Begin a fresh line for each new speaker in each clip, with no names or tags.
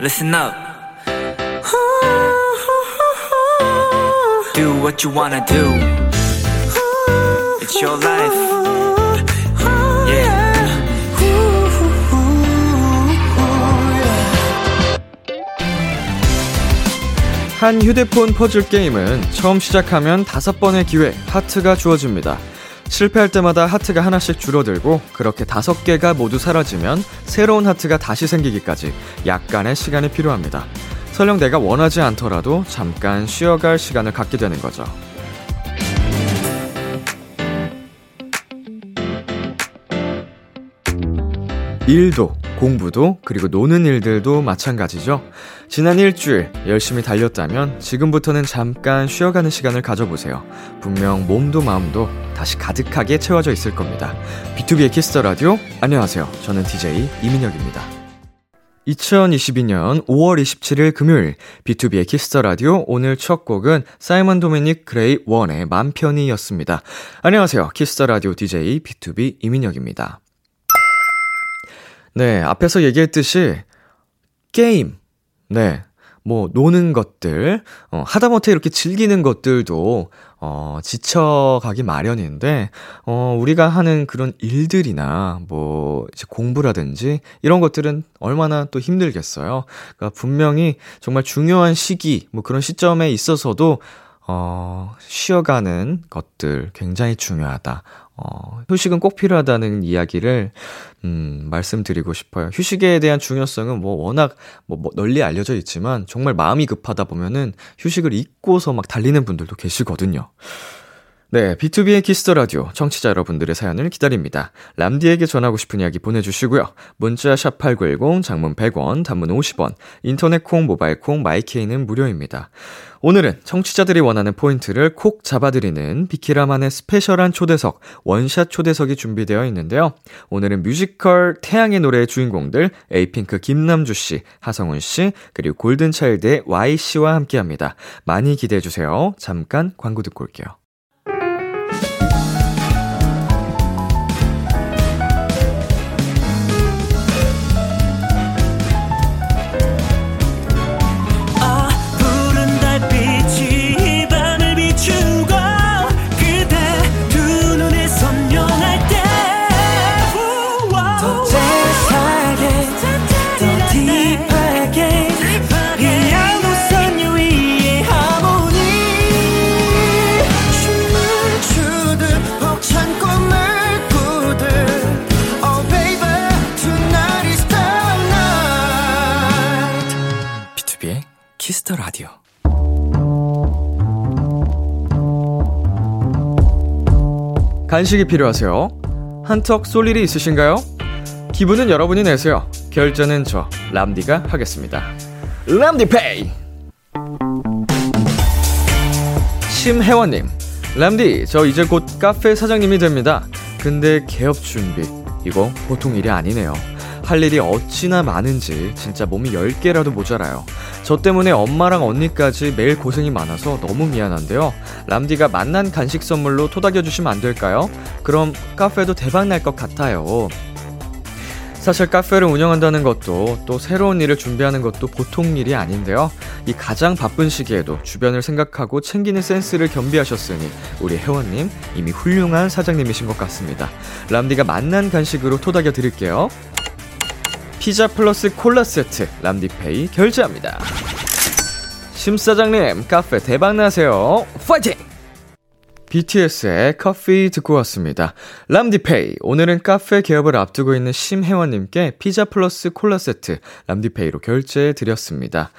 listen up. Do what you wanna do. It's your life. Yeah.
한 휴대폰 퍼즐 게임은 처음 시작하면 다섯 번의 기회, 하트가 주어집니다. 실패할 때마다 하트가 하나씩 줄어들고 그렇게 다섯 개가 모두 사라지면 새로운 하트가 다시 생기기까지 약간의 시간이 필요합니다. 설령 내가 원하지 않더라도 잠깐 쉬어갈 시간을 갖게 되는 거죠. 일도, 공부도, 그리고 노는 일들도 마찬가지죠. 지난 일주일 열심히 달렸다면 지금부터는 잠깐 쉬어가는 시간을 가져보세요. 분명 몸도 마음도 다시 가득하게 채워져 있을 겁니다. B2B의 키스터 라디오, 안녕하세요. 저는 DJ 이민혁입니다. 2022년 5월 27일 금요일 B2B의 키스터 라디오 오늘 첫 곡은 사이먼 도미닉 그레이 원의 만편이였습니다. 안녕하세요. 키스터 라디오 DJ B2B 이민혁입니다. 네, 앞에서 얘기했듯이 게임, 네, 뭐 노는 것들, 어, 하다못해 이렇게 즐기는 것들도 어, 지쳐가기 마련인데 어, 우리가 하는 그런 일들이나 뭐 이제 공부라든지 이런 것들은 얼마나 또 힘들겠어요. 그러니까 분명히 정말 중요한 시기, 뭐 그런 시점에 있어서도 어, 쉬어가는 것들 굉장히 중요하다. 어, 휴식은 꼭 필요하다는 이야기를, 음, 말씀드리고 싶어요. 휴식에 대한 중요성은 뭐 워낙 뭐, 뭐 널리 알려져 있지만 정말 마음이 급하다 보면은 휴식을 잊고서 막 달리는 분들도 계시거든요. 네, B2B의 키스터 라디오 청취자 여러분들의 사연을 기다립니다. 람디에게 전하고 싶은 이야기 보내주시고요. 문자 샵 #8910 장문 100원, 단문 50원, 인터넷 콩, 모바일 콩, 마이케이는 무료입니다. 오늘은 청취자들이 원하는 포인트를 콕 잡아드리는 비키라만의 스페셜한 초대석 원샷 초대석이 준비되어 있는데요. 오늘은 뮤지컬 태양의 노래의 주인공들 에이핑크 김남주 씨, 하성훈 씨, 그리고 골든차일드의 Y 씨와 함께합니다. 많이 기대해 주세요. 잠깐 광고 듣고 올게요.
아 푸른 달빛이 이 밤을 비추고 그대 두 눈에 선명할 때더 재밌하게 더 딥하게 이 양도선 유위의 하모니 춤을 추듯 벅찬 꿈을 꾸듯 Oh baby tonight is the night
B2B의 키스터 라디오. 간식이 필요하세요? 한턱 쏠 일이 있으신가요? 기분은 여러분이 내세요. 결제는 저 람디가 하겠습니다. 람디페이. 심혜원님, 람디, 저 이제 곧 카페 사장님이 됩니다. 근데 개업 준비, 이거 보통 일이 아니네요. 할 일이 어찌나 많은지 진짜 몸이 10개라도 모자라요. 저 때문에 엄마랑 언니까지 매일 고생이 많아서 너무 미안한데요. 람디가 만난 간식 선물로 토닥여 주시면 안 될까요? 그럼 카페도 대박 날 것 같아요. 사실 카페를 운영한다는 것도 또 새로운 일을 준비하는 것도 보통 일이 아닌데요. 이 가장 바쁜 시기에도 주변을 생각하고 챙기는 센스를 겸비하셨으니 우리 회원님 이미 훌륭한 사장님이신 것 같습니다. 람디가 만난 간식으로 토닥여 드릴게요. 피자 플러스 콜라 세트 람디페이 결제합니다. 심 사장님 카페 대박 나세요. 파이팅! BTS의 커피 듣고 왔습니다. 람디페이. 오늘은 카페 개업을 앞두고 있는 심혜원님께 피자 플러스 콜라 세트 람디페이로 결제해 드렸습니다.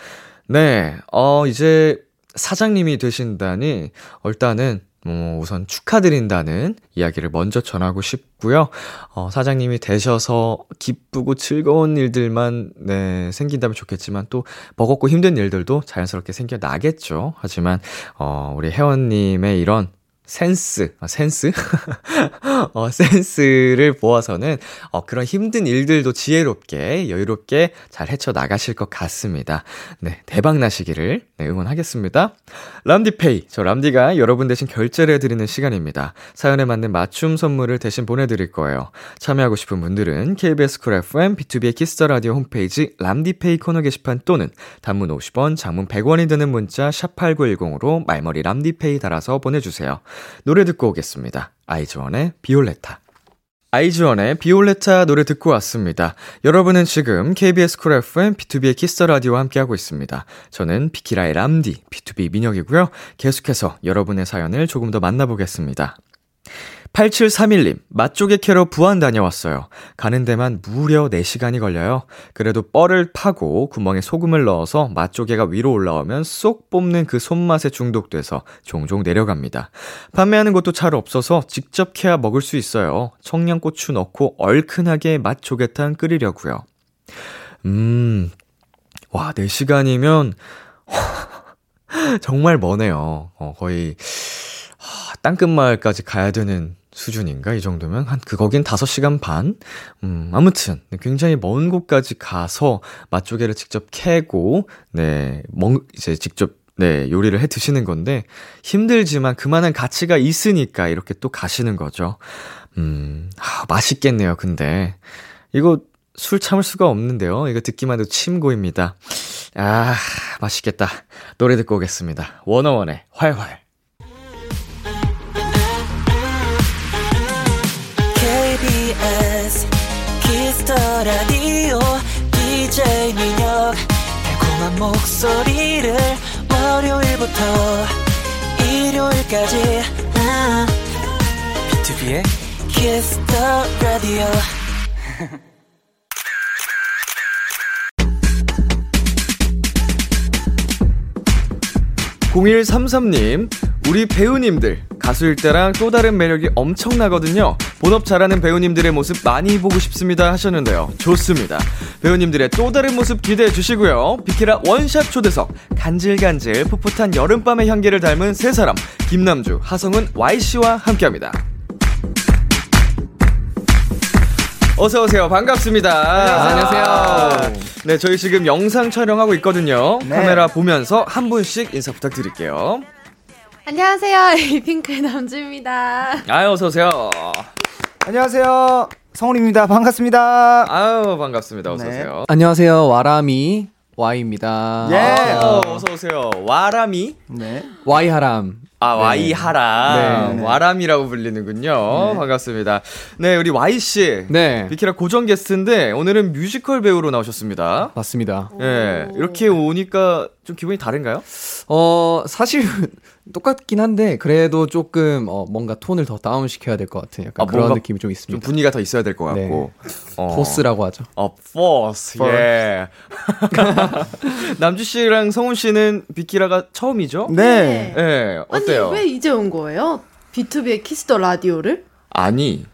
네, 어, 이제 사장님이 되신다니, 어, 일단은, 뭐, 우선 축하드린다는 이야기를 먼저 전하고 싶고요. 어, 사장님이 되셔서 기쁘고 즐거운 일들만, 네, 생긴다면 좋겠지만 또 버겁고 힘든 일들도 자연스럽게 생겨나겠죠. 하지만, 어, 우리 혜원님의 이런 센스, 아, 센스? 어, 센스를 모아서는 어, 그런 힘든 일들도 지혜롭게, 여유롭게 잘 헤쳐나가실 것 같습니다. 네, 대박나시기를 네, 응원하겠습니다. 람디페이, 저 람디가 여러분 대신 결제를 해드리는 시간입니다. 사연에 맞는 맞춤 선물을 대신 보내드릴 거예요. 참여하고 싶은 분들은 KBS 쿨 FM, B2B의 키스터 라디오 홈페이지 람디페이 코너 게시판 또는 단문 50원, 장문 100원이 드는 문자 샵8910으로 말머리 람디페이 달아서 보내주세요. 노래 듣고 오겠습니다. 아이즈원의 비올레타. 아이즈원의 비올레타 노래 듣고 왔습니다. 여러분은 지금 KBS 쿨 FM B2B의 키스터 라디오와 함께하고 있습니다. 저는 비키라의 람디 B2B 민혁이고요. 계속해서 여러분의 사연을 조금 더 만나보겠습니다. 8731님, 맛조개 캐러 부안 다녀왔어요. 가는 데만 무려 4시간이 걸려요. 그래도 뻘을 파고 구멍에 소금을 넣어서 맛조개가 위로 올라오면 쏙 뽑는 그 손맛에 중독돼서 종종 내려갑니다. 판매하는 곳도 잘 없어서 직접 캐야 먹을 수 있어요. 청양고추 넣고 얼큰하게 맛조개탕 끓이려고요. 음, 와, 4시간이면, 정말 머네요. 어, 거의, 하, 땅끝마을까지 가야 되는 수준인가? 이 정도면? 한, 그, 거긴 5시간 반? 음, 아무튼, 굉장히 먼 곳까지 가서 맛조개를 직접 캐고, 네, 먹, 이제 직접, 네, 요리를 해 드시는 건데, 힘들지만 그만한 가치가 있으니까 이렇게 또 가시는 거죠. 음, 아, 맛있겠네요, 근데. 이거 술 참을 수가 없는데요. 이거 듣기만 해도 침 고입니다. 아, 맛있겠다. 노래 듣고 오겠습니다. 원어원의 활활.
KBS 키스터 라디오 DJ 민혁 달콤한 목소리를 월요일부터 일요일까지 아.
B2B의
키스터 라디오
공일삼삼님 우리 배우님들, 가수일 때랑 또 다른 매력이 엄청나거든요. 본업 잘하는 배우님들의 모습 많이 보고 싶습니다 하셨는데요. 좋습니다. 배우님들의 또 다른 모습 기대해 주시고요. 비키라 원샷 초대석, 간질간질 풋풋한 여름밤의 향기를 닮은 세 사람, 김남주, 하성은 Y씨와 함께 합니다. 어서오세요. 반갑습니다.
안녕하세요.
네, 저희 지금 영상 촬영하고 있거든요.
네.
카메라 보면서 한 분씩 인사 부탁드릴게요.
안녕하세요. 에이핑크의 남주입니다.
아유, 어서오세요.
안녕하세요. 성훈입니다. 반갑습니다.
아유, 반갑습니다.
네.
어서오세요.
안녕하세요. 와라미 Y입니다.
예.
아, 어서오세요. 와라미?
네.
Y 하람.
아, 와이하라.
네, 네.
와람이라고 불리는군요. 반갑습니다. 네, 우리 Y씨.
네.
비키라 고정 게스트인데, 오늘은 뮤지컬 배우로 나오셨습니다.
맞습니다.
예, 이렇게 오니까 좀 기분이 다른가요?
어, 사실 똑같긴 한데 그래도 조금 어, 뭔가 톤을 더 다운 시켜야 될 것 같은 약간
아,
그런
뭔가
느낌이 좀
좀
있습니다.
분위기가 더 있어야 될 것
네.
같고. 어.
보스라고 하죠.
어, force. 예. 남주 씨랑 성훈 씨는 비키라가 처음이죠?
네.
예. 어때요?
아니, 왜 이제 온 거예요? B2B의 키스터 라디오를?
아니,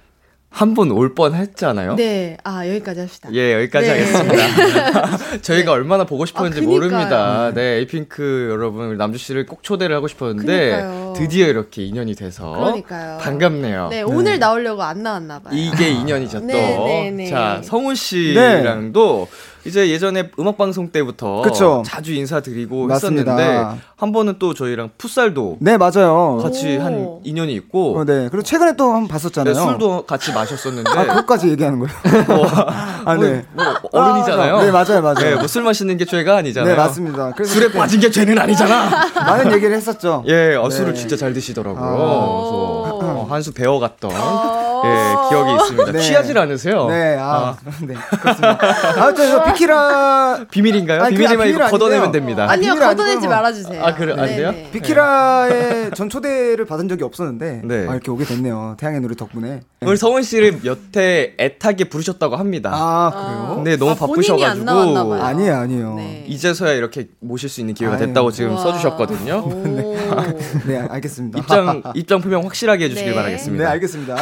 한 번 올 뻔 했잖아요.
네. 아, 여기까지 합시다.
어? 예, 여기까지
네.
하겠습니다. 저희가 얼마나 보고 싶었는지
아, 그니까요.
모릅니다. 네, 에이핑크 여러분, 우리 남주 씨를 꼭 초대를 하고 싶었는데,
그니까요.
드디어 이렇게 인연이 돼서.
그러니까요.
반갑네요.
네, 오늘 나오려고 안 나왔나 봐요.
이게 인연이죠 또.
아. 네, 네, 네.
자 성훈 씨랑도 이제 예전에 음악 방송 때부터
그쵸.
자주 인사드리고
맞습니다.
했었는데 한 번은 또 저희랑 풋살도
네, 맞아요.
같이
오.
한 인연이 있고
어, 네. 그리고 최근에 또 한 번
네,
봤었잖아요.
술도 같이 마셨었는데
아, 그것까지 얘기하는 거예요.
뭐,
아, 네.
뭐 어른이잖아요.
아, 네, 맞아요, 맞아요.
뭐술 마시는 게 죄가 아니잖아요.
네, 맞습니다. 그래서
술에 빠진 게 죄는 아니잖아.
많은 얘기를 했었죠.
예, 어, 술을
네.
진짜 잘 드시더라고요.
아.
그래서 어, 한수 배워갔던
어.
예, 기억이 있습니다.
네.
취하질 않으세요?
네, 아, 네. 그렇습니다. 아무튼 그래서 비키라
비밀인가요?
아니, 그,
비밀이면
비밀
이거
아니고요.
걷어내면 됩니다.
아니,
아니요,
비밀 아니고요,
걷어내지
뭐.
말아주세요.
아, 그래, 안
네,
돼요?
네.
비키라의 전 초대를 받은 적이 없었는데
네.
아, 이렇게 오게 됐네요. 태양의 노래 덕분에. 네.
우리 네. 성원 씨를 여태 애타게 부르셨다고 합니다.
아, 그래요?
근데 네, 너무
아, 본인이 안 나왔나
바쁘셔가지고
봐요.
아니에요, 아니에요.
네.
이제서야 이렇게 모실 수 있는 기회가
아유.
됐다고 지금
우와. 아,
써주셨거든요. 아,
오.
네, 알겠습니다.
입장 입장 표명 확실하게 해주시길
네.
네,
바라겠습니다.
알겠습니다.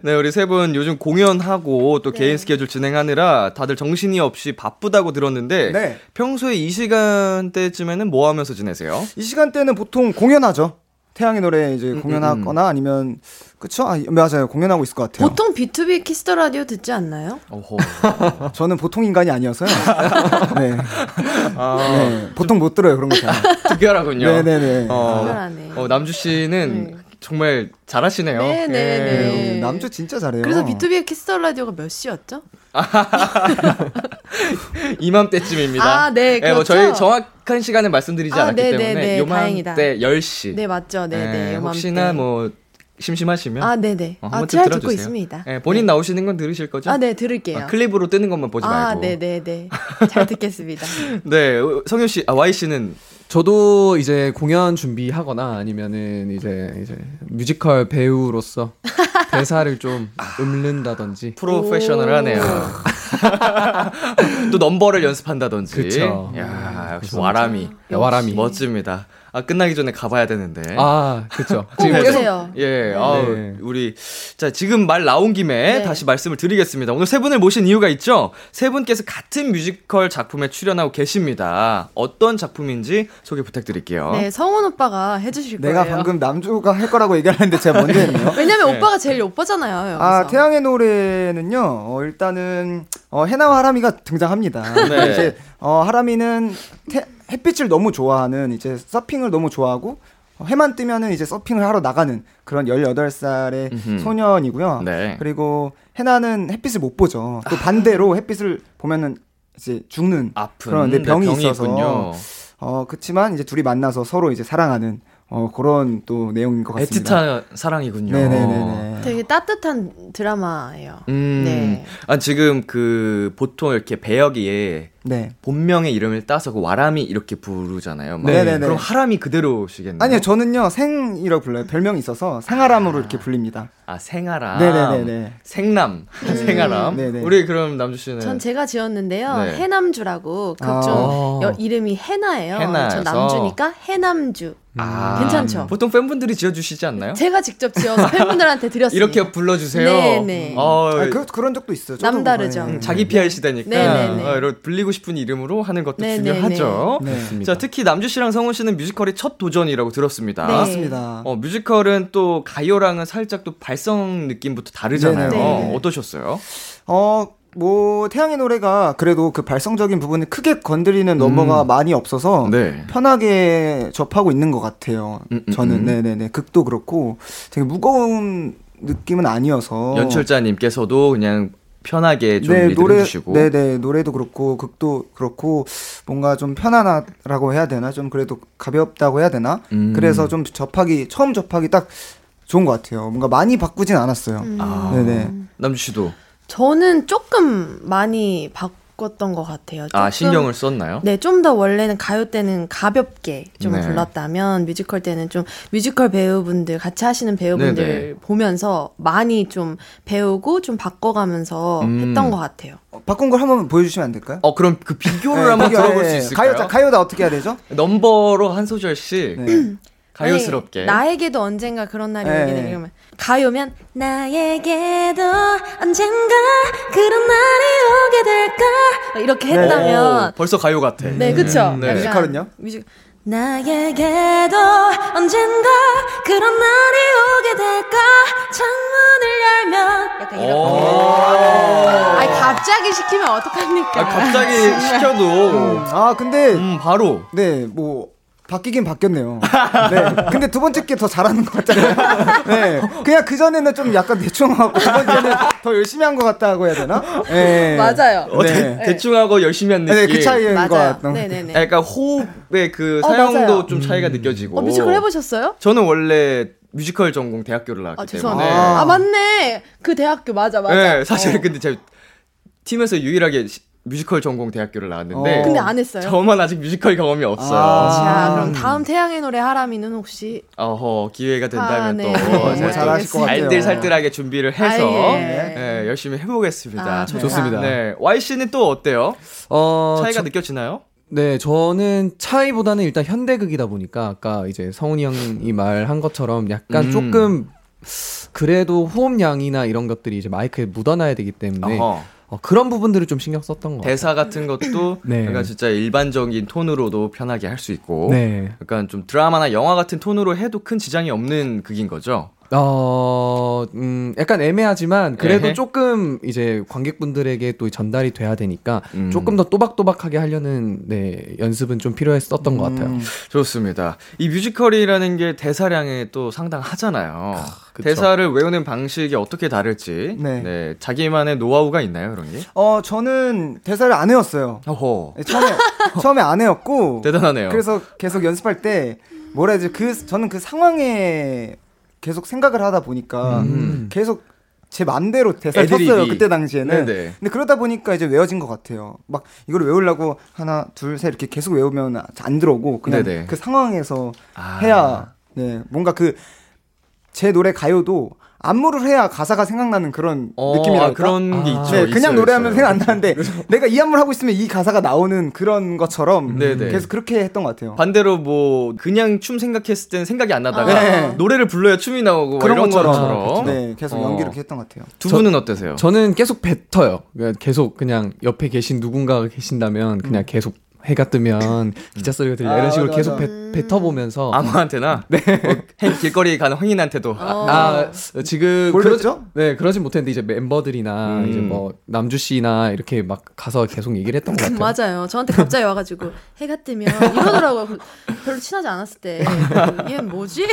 네, 우리 세 분 요즘 공연하고 또
네.
개인 스케줄 진행하느라 다들 정신이 없이 바쁘다고 들었는데
네.
평소에 이 시간대쯤에는 뭐 하면서 지내세요?
이 시간대는 보통 공연하죠. 태양의 노래
음,
이제 공연하거나 아니면 그쵸? 아, 맞아요. 공연하고 있을 것 같아요.
보통 B2B 키스터 라디오 듣지 않나요?
어허.
저는 보통 인간이 아니어서요. 네. 네. 보통 못 들어요 그런 거 잘.
특별하군요.
네네네.
특별하네.
어, 남주 씨는
네.
정말 잘하시네요. 예.
네, 네, 네.
네, 남주 진짜 잘해요.
그래서 B2B 키스터 라디오가 몇 시였죠?
이맘때쯤입니다.
아, 네,
예, 뭐
그렇죠.
저희 정확한 시간은 말씀드리지
아,
않았기
네, 네,
때문에
네,
요맘때
다행이다.
10시.
네, 맞죠. 네, 네.
예,
요맘때.
혹시나 뭐 심심하시면
아, 네, 네.
어, 한
아,
번쯤
잘 듣고
들어주세요.
있습니다. 네.
예, 본인 나오시는 건 들으실 거죠?
아, 네, 들을게요.
아, 클립으로 뜨는 것만 보지
아,
말고.
네, 네, 네. 잘 듣겠습니다.
네, 어, 성윤 씨, 아 Y 씨는
저도 이제 공연 준비하거나 아니면은 이제 이제 뮤지컬 배우로서 대사를 좀 읊는다든지
프로페셔널하네요. 또 넘버를 연습한다든지.
그쵸.
야, 역시 와람이.
야, 와람이.
멋집니다. 아, 끝나기 전에 가봐야 되는데.
아 그렇죠.
꼭
지금 계속-
오세요.
예, 아우,
네.
우리, 자, 지금 말 나온 김에
네.
다시 말씀을 드리겠습니다. 오늘 세 분을 모신 이유가 있죠? 세 분께서 같은 뮤지컬 작품에 출연하고 계십니다. 어떤 작품인지 소개 부탁드릴게요.
네, 성훈 오빠가 해주실
내가
거예요.
방금 남주가 할 거라고 얘기하는데 제가 먼저 했네요.
왜냐면 오빠가 제일 오빠잖아요. 여기서.
아, 태양의 노래는요, 어, 일단은, 어, 해나와 하람이가 등장합니다.
네.
이제, 어, 하람이는 태- 햇빛을 너무 좋아하는, 이제 서핑을 너무 좋아하고, 어, 해만 뜨면은 이제 서핑을 하러 나가는 그런 18살의
음흠.
소년이고요.
네.
그리고 해나는 햇빛을 못 보죠. 또 반대로 햇빛을 보면은 이제 죽는
아픈
그런 네,
네,
병이,
병이
있어서
있군요.
어, 그치만 이제 둘이 만나서 서로 이제 사랑하는 어, 그런 또 내용인 것 같습니다.
애틋한 어. 사랑이군요.
네네네네.
되게 따뜻한 드라마예요.
음,
네.
아, 지금 그, 보통 이렇게 배역이
네.
본명의 이름을 따서 그 와람이 이렇게 부르잖아요. 막.
네네네.
그럼 하람이 그대로시겠네요.
아니요, 저는요, 생이라고 불러요. 별명이 있어서 상아람으로 이렇게 불립니다.
아, 생아람.
네네네네.
생남.
음.
생아람.
네네.
우리 그럼 남주 씨는
전 제가 지었는데요.
네.
해남주라고
아.
그좀 여 이름이 해나예요.
해나여서.
저 남주니까 해남주.
아,
괜찮죠?
보통 팬분들이 지어 주시지 않나요?
제가 직접 지어서 팬분들한테 드렸습니다.
이렇게 불러 주세요.
네네.
어,
아, 그, 그런 적도 있어요. 저도 네.
남다르죠.
그거예요.
음, 자기 PR 시대니까
네네네.
어, 이런 불리고 싶은 이름으로 하는 것도
네네네.
중요하죠.
네.
자, 특히 남주 씨랑 성훈 씨는 뮤지컬이 첫 도전이라고 들었습니다.
네.
맞습니다.
어, 뮤지컬은 또 가요랑은 살짝 또 발성 느낌부터 다르잖아요.
네네.
어, 어떠셨어요?
어, 뭐, 태양의 노래가 그래도 그 발성적인 부분을 크게 건드리는 넘버가 많이 없어서
음. 네.
편하게 접하고 있는 것 같아요.
음, 음,
저는,
음.
네네네. 극도 그렇고 되게 무거운 느낌은 아니어서.
연철자님께서도 그냥 편하게 좀
네,
얘기를
노래,
해주시고.
네네, 노래도 그렇고, 극도 그렇고, 뭔가 좀 편안하라고 해야 되나? 좀 그래도 가볍다고 해야 되나?
음.
그래서 좀 접하기, 처음 접하기 딱 좋은 것 같아요. 뭔가 많이 바꾸진 않았어요.
음.
아,
네네.
남주 씨도
저는 조금 많이 바꿨던 것 같아요.
아
조금-
신경을 썼나요?
네, 좀 더 원래는 가요 때는 가볍게 좀
그렇죠? 네.
불렀다면 뮤지컬 때는 좀 뮤지컬 배우분들 같이 하시는 배우분들
네네.
보면서 많이 좀 배우고 좀 바꿔가면서
음.
했던 것 같아요.
어, 바꾼 걸 한번 보여주시면 안 될까요?
어 그럼 그 비교를
네,
한번
가요,
들어볼
예,
수
예.
있을까요?
가요, 자, 가요다 어떻게 해야 되죠?
넘버로 한 소절씩
음.
네.
가요스럽게.
네, 나에게도 언젠가 그런 날이
네.
오겠네 이러면 가요면
나에게도 언젠가 그런 날이 오게 될까
이렇게
네.
했다면
오, 벌써 가요 같아.
네, 그쵸.
음, 네.
약간
뮤지컬은요?
뮤직-
나에게도 언젠가 그런 날이 오게 될까 창문을 열면 약간 네.
오.
이렇게
아니, 갑자기 시키면 어떡합니까?
아,
음.
갑자기 시켜도
아, 근데,
음 바로
네, 뭐, 바뀌긴 바뀌었네요. 네. 근데 두 번째 게 더 잘하는 것 같잖아요. 네. 그냥 그전에는 좀 약간 대충 하고, 두 번째는 더 열심히 한 것 같다고 해야 되나? 네.
맞아요.
어, 대, 충하고 열심히 한 느낌.
네, 그 차이인 것
맞아요.
같던.
네네네.
약간 호흡의 그
어,
사용도
맞아요.
좀
음.
차이가 느껴지고.
어, 뮤지컬 해보셨어요?
저는 원래 뮤지컬 전공 대학교를 나왔기
아
때문에.
죄송합니다. 아, 맞네. 그 대학교 맞아 맞아.
네, 사실
어.
근데 제 팀에서 유일하게 시- 뮤지컬 전공 대학교를 나왔는데
어.
근데 안 했어요.
저만 아직 뮤지컬 경험이 없어요.
아.
자, 그럼 다음 태양의 노래 하람이는 혹시
어허 기회가 된다면
아,
또
네. 네,
제가
잘하실 것 같아요.
알뜰살뜰하게 준비를 해서
아,
예.
예.
열심히 해보겠습니다.
아, 좋다.
좋습니다.
네, Y 씨는 또 어때요?
어,
차이가
저-
느껴지나요?
네, 저는 차이보다는 일단 현대극이다 보니까 아까 이제 성훈이 형이 말한 것처럼 약간
음.
조금 그래도 호흡량이나 이런 것들이 이제 마이크에 묻어나야 되기 때문에
어허.
어 어, 그런 부분들을 좀 신경 썼던 것 같아요.
대사 같은 것도
네.
약간 진짜 일반적인 톤으로도 편하게 할 수 있고
네.
약간 좀 드라마나 영화 같은 톤으로 해도 큰 지장이 없는 극인 거죠.
어, 음, 약간 애매하지만 그래도
에헤.
조금 이제 관객분들에게 또 전달이 돼야 되니까
음.
조금 더 또박또박하게 하려는 네, 연습은 좀 필요했었던 것
음.
같아요.
좋습니다. 이 뮤지컬이라는 게 대사량이 또 상당하잖아요.
그쵸.
대사를 외우는 방식이 어떻게 다를지 네.
네.
자기만의 노하우가 있나요, 그런 게?
어 저는 대사를 안 외웠어요.
어허.
네, 처음에 처음에 안 외웠고
대단하네요.
그래서 계속 연습할 때 뭐라 해야 되지? 그 저는 그 상황에 계속 생각을 하다 보니까
음.
계속 제 맘대로 대사를
애드립이.
쳤어요 그때 당시에는
네네.
근데 그러다 보니까 이제 외워진 것 같아요 막 이걸 외우려고 하나 둘 셋 이렇게 계속 외우면 안 들어오고 그냥
네네.
그 상황에서
아.
해야 네 뭔가 그 제 노래 가요도 안무를 해야 가사가 생각나는 그런
어,
느낌이랄까
아, 그런 게 있죠.
네,
있어요,
그냥 노래하면
있어요.
생각 안 나는데 내가 이 안무를 하고 있으면 이 가사가 나오는 그런 것처럼
음. 네네.
계속 그렇게 했던 것 같아요.
반대로 뭐 그냥 춤 생각했을 땐 생각이 안 나다가
네.
노래를 불러야 춤이 나오고
그런
뭐 이런 것처럼,
것처럼, 네, 계속
어.
연기를 이렇게 했던 것 같아요.
두
저-
분은 어떠세요?
저는 계속 뱉어요. 그러니까 계속 그냥 옆에 계신 누군가가 계신다면 그냥 계속 해가 뜨면 기차 소리가 들려
아,
이런 식으로
맞아,
계속
맞아.
뱉- 뱉어보면서
아무한테나 네. 길거리 가는 황인한테도
어.
아 지금
뭘
그러-
뱉죠?
네 그러진 못했는데 이제 멤버들이나
음.
이제 뭐 남주 씨나 이렇게 막 가서 계속 얘기를 했던 것 같아요.
맞아요. 저한테 갑자기 와가지고 해가 뜨면 이러더라고요. 그- 별로 친하지 않았을 때. 음, 얘 뭐지?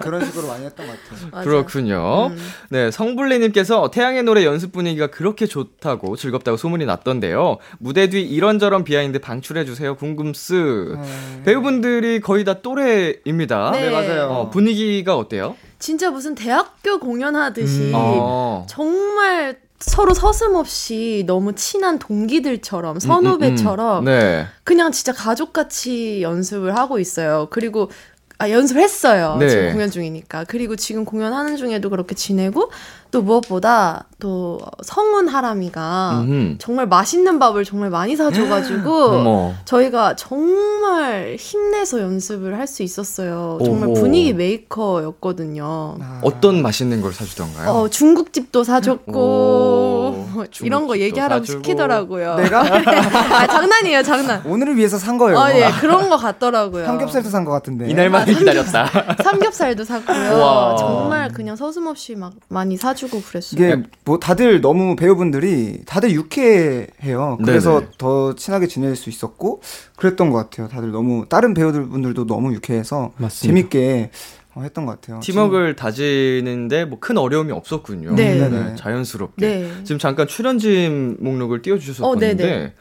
그런 식으로 많이 했던 것 같아요.
맞아요. 음.
그렇군요. 네, 성불리님께서 태양의 노래 연습 분위기가 그렇게 좋다고 즐겁다고 소문이 났던데요. 무대 뒤 이런저런 비하인드 방출해주세요. 궁금스.
네.
배우분들이 거의 다 또래입니다.
네. 네, 맞아요.
어, 분위기가 어때요?
진짜 무슨 대학교 공연하듯이
어.
정말 서로 서슴없이 너무 친한 동기들처럼 선후배처럼
네.
그냥 진짜 가족같이 연습을 하고 있어요. 그리고 아 연습했어요.
네.
지금 공연 중이니까. 그리고 지금 공연하는 중에도 그렇게 지내고 또 무엇보다 또 성훈 하람이가
음.
정말 맛있는 밥을 정말 많이 사줘가지고
어머.
저희가 정말 힘내서 연습을 할 수 있었어요. 정말
오호.
분위기 메이커였거든요.
아.
어떤 맛있는 걸 사주던가요?
어, 중국집도 사줬고
오,
이런 거
중국집도
얘기하라고
사주고.
시키더라고요.
내가
아 장난이에요, 장난.
오늘을 위해서 산 거예요.
아 예, 그런 거 같더라고요.
삼겹살도 산 것 같은데.
네. 이날만을
네.
기다렸다.
삼겹살도 사고요.
우와.
정말 그냥 서슴없이 막 많이 사주고 그랬어요.
네.
이게 뭐 다들 너무 배우분들이 다들 유쾌해요. 그래서
네네.
더 친하게 지낼 수 있었고 그랬던 것 같아요. 다들 너무 다른 배우들 분들도 너무 유쾌해서
맞습니다.
재밌게 어, 했던 것 같아요.
팀워크를 다지는데 뭐 큰 어려움이 없었군요.
네.
네네.
자연스럽게.
네.
지금 잠깐 출연진 목록을 띄워주셔서
어,
봤는데
네네.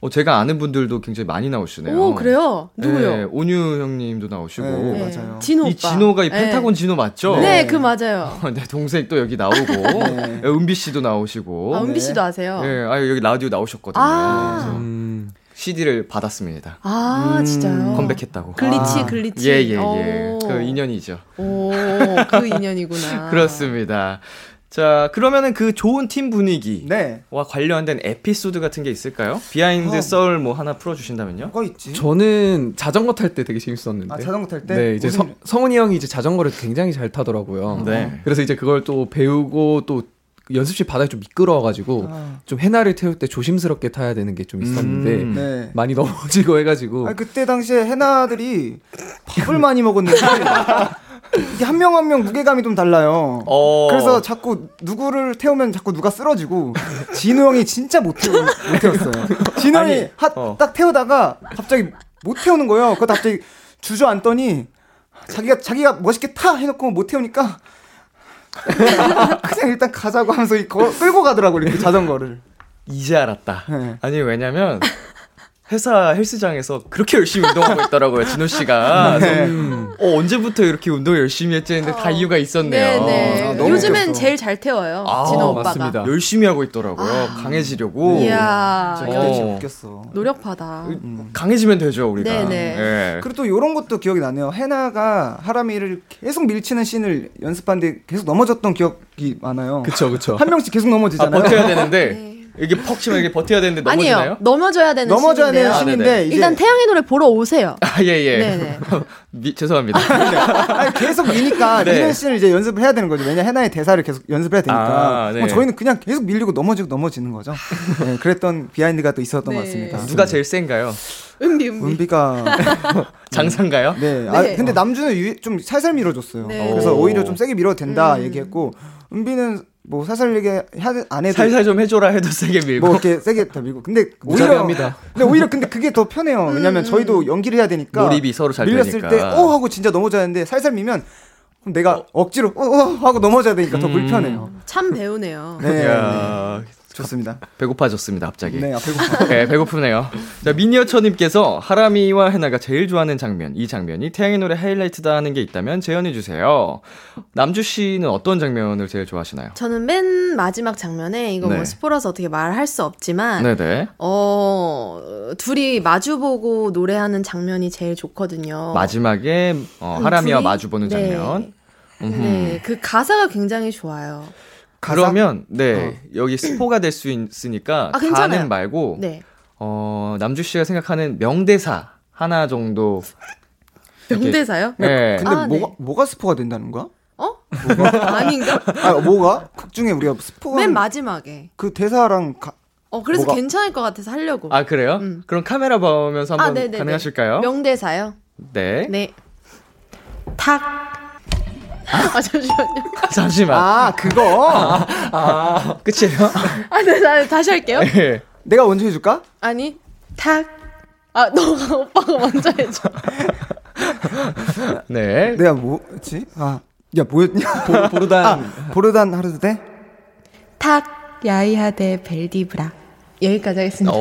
어, 제가 아는 분들도 굉장히 많이 나오시네요.
오 그래요? 누구요?
네, 온유 형님도 나오시고
네,
네,
맞아요.
진호 오빠.
이 진호가 이
네.
펜타곤 진호 맞죠?
네, 그 맞아요.
내 동생 또 여기 나오고
네.
은비 씨도 나오시고
아, 은비 씨도 아세요?
네. 예, 아 여기 라디오 나오셨거든요.
아.
그래서
음,
CD를 받았습니다.
아, 진짜요?
컴백했다고. 아.
글리치, 글리치.
예예예.
오.
그 인연이죠.
오, 그 인연이구나.
그렇습니다. 자 그러면은 그 좋은 팀 분위기.
네.
와 관련된 에피소드 같은 게 있을까요? 비하인드
어.
썰 뭐 하나 풀어주신다면요?
뭐가 있지?
저는 자전거 탈 때 되게 재밌었는데.
아 자전거 탈 때.
네, 이제
무슨- 아.
성, 성훈이 형이 이제 자전거를 굉장히 잘 타더라고요.
네.
그래서 이제 그걸 또 배우고 또 연습실 바닥이 좀 미끄러워가지고
아.
좀 해나를 태울 때 조심스럽게 타야 되는 게 좀 있었는데
음.
네.
많이 넘어지고 해가지고
아니, 그때 당시에 해나들이 밥을 많이 먹었는데 이게 한 명 한 명 무게감이 좀 달라요.
어.
그래서 자꾸 누구를 태우면 자꾸 누가 쓰러지고 진우 형이 진짜 못, 태우, 못 태웠어요. 진우
아니,
형이 하-
어.
딱 태우다가 갑자기 못 태우는 거예요. 그거 갑자기 주저앉더니 자기가 자기가 멋있게 타 해놓고 못 태우니까 그냥 일단 가자고 하면서 이 거- 끌고 가더라고 이렇게 자전거를.
이제 알았다.
네.
아니 왜냐면 회사 헬스장에서 그렇게 열심히 운동하고 있더라고요 진호 씨가. 그래서, 어, 언제부터 이렇게 운동 을 열심히 했지 했는데 다 이유가 있었네요.
네네.
아, 너무
요즘엔
웃겼어.
제일 잘 태워요.
아,
진호 오빠가.
맞습니다.
열심히 하고 있더라고요. 강해지려고.
이야,
아,
진짜.
여-
진짜
어. 음,
웃겼어.
노력파다.
강해지면 되죠 우리가.
네네.
예.
그리고 또 이런 것도 기억이 나네요. 해나가 하람이를 계속 밀치는 씬을 연습하는데 계속 넘어졌던 기억이 많아요.
그쵸 그쵸
한 명씩 계속
아,
넘어지잖아요.
버텨야 되는데
네.
이게 퍽 치면 이게 버텨야 되는데
아니에요.
넘어지나요?
넘어져야 되는
넘어져야 되는
시기인데요.
시-
신인데 이제
일단 태양의 노래 보러 오세요.
아, 예, 예.
네네.
미, 죄송합니다.
아니, 계속 미니까
네.
미는 씬을 이제 연습을 해야 되는 거죠. 왜냐 해나의 대사를 계속 연습해야 을 되니까.
아, 네.
뭐 저희는 그냥 계속 밀리고 넘어지고 넘어지는 거죠. 네, 그랬던 비하인드가 또 있었던
네.
것 같습니다. 음.
누가 제일 센가요?
은비 은비.
은비가
장상가요?
네. 아,
네.
근데 남주는 유- 좀 살살 밀어줬어요.
네. 음.
그래서
오.
오히려 좀 세게 밀어도 된다 얘기했고 은비는 뭐 살살 얘기 하- 안 해도
살살 좀 해줘라 해도 세게 밀고.
뭐 이렇게 세게 더 밀고 근데 오히려
무자비합니다.
근데 오히려 근데 그게 더 편해요. 왜냐면 저희도 연기를 해야 되니까
음. 몰입이 서로 잘
밀렸을
되니까.
때어 하고 진짜 넘어져야 하는데 살살 밀면 그럼 내가 억지로 어, 어 하고 넘어져야 되니까 더 불편해요.
참 배우네요.
네.
음. 이야,
좋습니다.
배고파졌습니다, 갑자기.
네, 아, 배고파.
네, 배고프네요. 자, 미니어처님께서 하람이와 해나가 제일 좋아하는 장면, 이 장면이 태양의 노래 하이라이트다 하는 게 있다면 재현해주세요. 남주 씨는 어떤 장면을 제일 좋아하시나요?
저는 맨 마지막 장면에 이거
네.
뭐 스포라서 어떻게 말할 수 없지만
네네.
어 둘이 마주보고 노래하는 장면이 제일 좋거든요.
마지막에 어, 하람이와
둘이-
마주보는
네.
장면. 음흠.
네, 그 가사가 굉장히 좋아요.
그러면, 네, 여기 스포가 될 수 있으니까
어. 아, 괜찮아요.
가는 말고,
네.
어, 남주 씨가 생각하는 명대사 하나 정도. 이렇게-
명대사요?
네.
근데
아,
뭐가
네.
뭐가 스포가 된다는 거야?
어? 아닌가?
아, 뭐가? 극 중에 우리가 스포가
맨 마지막에.
그 대사랑 가,
어, 그래서
뭐가?
괜찮을 것 같아서 하려고. 아,
아, 그래요? 그럼 카메라 보면서 한번
음. 네네네.
가능하실까요?
명대사요?
네.
네. 탁. 아, 잠시만요.
잠시만.
아 그거
끝이에요?
아, 네, 나 다시 할게요.
예.
내가 먼저 해줄까?
아니, 탁. 아, 너가 오빠가 먼저 해줘.
네.
내가 뭐였지? 아야 뭐였냐? 아,
보르단
보르단 하루도 돼?
탁. 야이하데 벨디브라. 여기까지 하겠습니다.
어,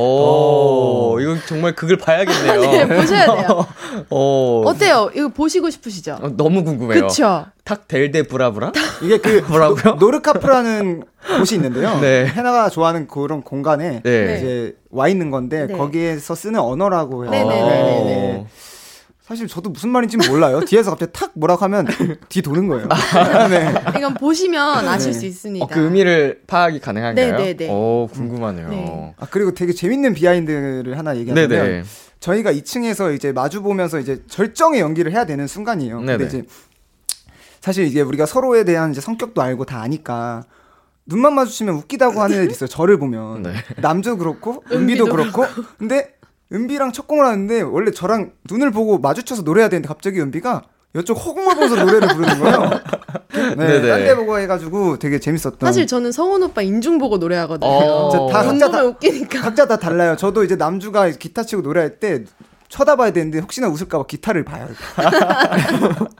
오, 이건 정말 그걸 봐야겠네요.
네, 보셔야 돼요.
오.
어때요? 이거 보시고 싶으시죠?
어, 너무 궁금해요.
그쵸?
탁 델데 브라브라?
이게 그
뭐라고요?
노- 노르카프라는 곳이 있는데요.
네.
헤나가 좋아하는 그런 공간에
네.
이제 와 있는 건데
네.
거기에서 쓰는 언어라고 해요.
네, 네, 네, 네,
네. 사실 저도 무슨 말인지 몰라요. 뒤에서 갑자기 탁 뭐라고 하면 뒤 도는 거예요.
아,
네.
이건 보시면 아실 수 있습니다.
어, 그 의미를 파악이 가능한가요?
네, 네, 네.
오, 궁금하네요.
네.
아 그리고 되게 재밌는 비하인드를 하나
어. 네,
얘기하면
네.
저희가 2층에서 이제 마주 보면서 이제 절정의 연기를 해야 되는 순간이에요.
네네.
근데 이제 사실 이제 우리가 서로에 대한 이제 성격도 알고 다 아니까 눈만 마주치면 웃기다고 하는 애들 있어요. 저를 보면
네.
남도 그렇고 은비도 그렇고 근데 은비랑 첫 공을 하는데 원래 저랑 눈을 보고 마주쳐서 노래해야 되는데 갑자기 은비가 이쪽 허공을 보면서 노래를 부르는 거예요. 네,
네네.
딴데 보고 해가지고 되게 재밌었던.
사실 저는 성훈 오빠 인중 보고 노래하거든요.
어.
진짜 다
너무
각자 다
웃기니까.
각자 다 달라요. 저도 이제 남주가 기타 치고 노래할 때 쳐다봐야 되는데 혹시나 웃을까봐 기타를 봐요.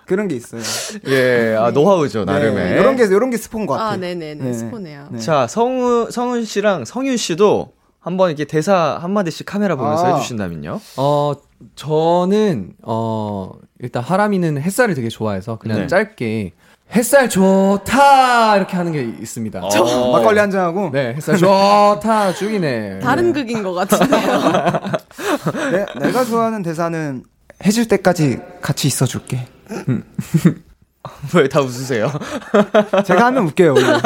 그런 게 있어요.
예,
네.
아, 노하우죠, 나름의.
이런 게 이런 게 스폰 것 같아요.
아, 네네네.
네.
스포네요.
네.
자, 성우, 성훈 씨랑 성윤 씨도 한번 이렇게 대사 한마디씩 카메라 보면서
아.
해주신다면요?
어 저는 어 일단 하람이는 햇살을 되게 좋아해서 그냥
네.
짧게 햇살 좋다 이렇게 하는 게 있습니다.
어.
막걸리 한 잔 하고.
네, 햇살 좋다 죽이네.
다른 극인 것
아,
같은데요.
내, 네, 내가 좋아하는 대사는 해질 때까지 같이 있어줄게.
왜 다 웃으세요?
제가 하면 웃겨요. 원래.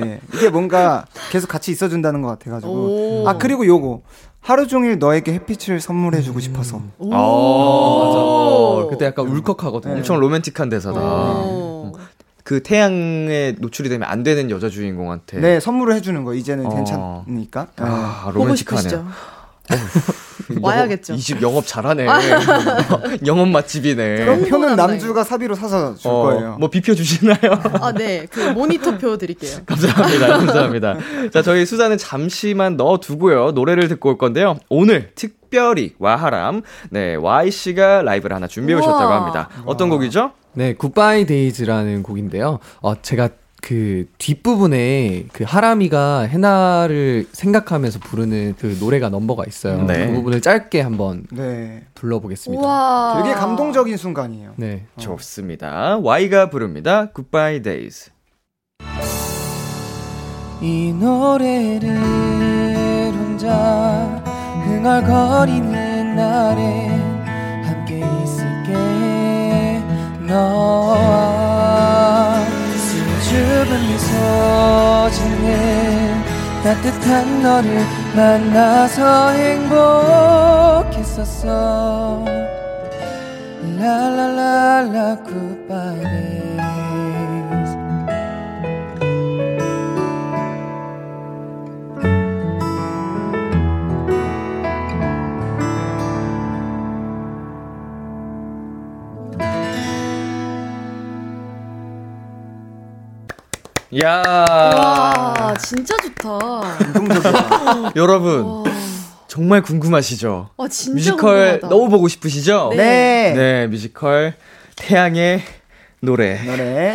네, 이게 뭔가 계속 같이 있어준다는 것 같아가지고.
오.
아 그리고 요거 하루 종일 너에게 햇빛을
음.
선물해주고 싶어서.
오.
어,
그때 약간
네.
울컥하거든요.
네.
엄청 로맨틱한 대사다.
오.
그 태양에 노출이 되면 안 되는 여자 주인공한테.
네, 선물을 해주는 거 이제는
어.
괜찮으니까.
아,
보고
로맨틱하네요. 어,
싶으시죠? 와야겠죠.
이 집 영업 잘하네. 영업 맛집이네.
그럼
그 표는
흥분한다,
남주가 사비로 사서
예.
줄
어,
거예요.
뭐 비표 주시나요?
아, 네. 그 모니터 표 드릴게요.
감사합니다. 감사합니다. 자, 저희 수사는 잠시만 넣어두고요. 노래를 듣고 올 건데요. 오늘 특별히 와하람, 네, Y씨가 라이브를 하나 준비해 오셨다고
우와.
합니다. 어떤 곡이죠?
네, 굿바이 데이즈라는 곡인데요. 어, 제가 그 뒷부분에 그 하람이가 해나를 생각하면서 부르는 그 노래가 넘버가 있어요.
네.
그 부분을 짧게 한번
네.
불러보겠습니다.
우와.
되게 감동적인 순간이에요.
네.
좋습니다. Y가 부릅니다. Goodbye Days.
이 노래를 혼자 흥얼거리는 날에 함께 있을게 너와 수줍은 미소 짓는
따뜻한 너를 만나서 행복했었어 라라라라 굿바이 데이즈
야
와 아,
아.
진짜 좋다.
여러분
와,
정말 궁금하시죠?
와 아, 진짜
뮤지컬
궁금하다.
너무 보고 싶으시죠?
네.
네, 뮤지컬 태양의 노래
노래 네.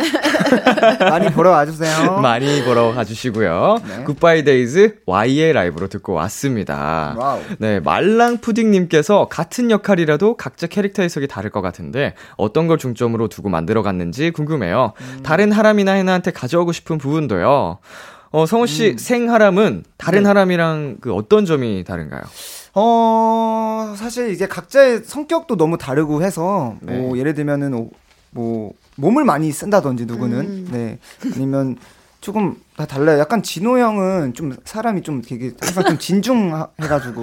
많이 보러 와주세요.
많이 보러 가주시고요.
네.
굿바이 데이즈 Y의 라이브로 듣고 왔습니다.
와우.
네, 말랑 푸딩님께서 같은 역할이라도 각자 캐릭터 해석이 다를 것 같은데 어떤 걸 중점으로 두고 만들어갔는지 궁금해요.
음.
다른 하람이나 해나한테 가져오고 싶은 부분도요. 어, 성우 씨
음.
생하람은 다른
네.
하람이랑 그 어떤 점이 다른가요?
어 사실 이제 각자의 성격도 너무 다르고 해서
네.
뭐 예를 들면은 오- 뭐 몸을 많이 쓴다든지 누구는
음.
네 아니면 조금 다 달라요. 약간 진호 형은 좀 사람이 좀 되게 항상 좀 진중해가지고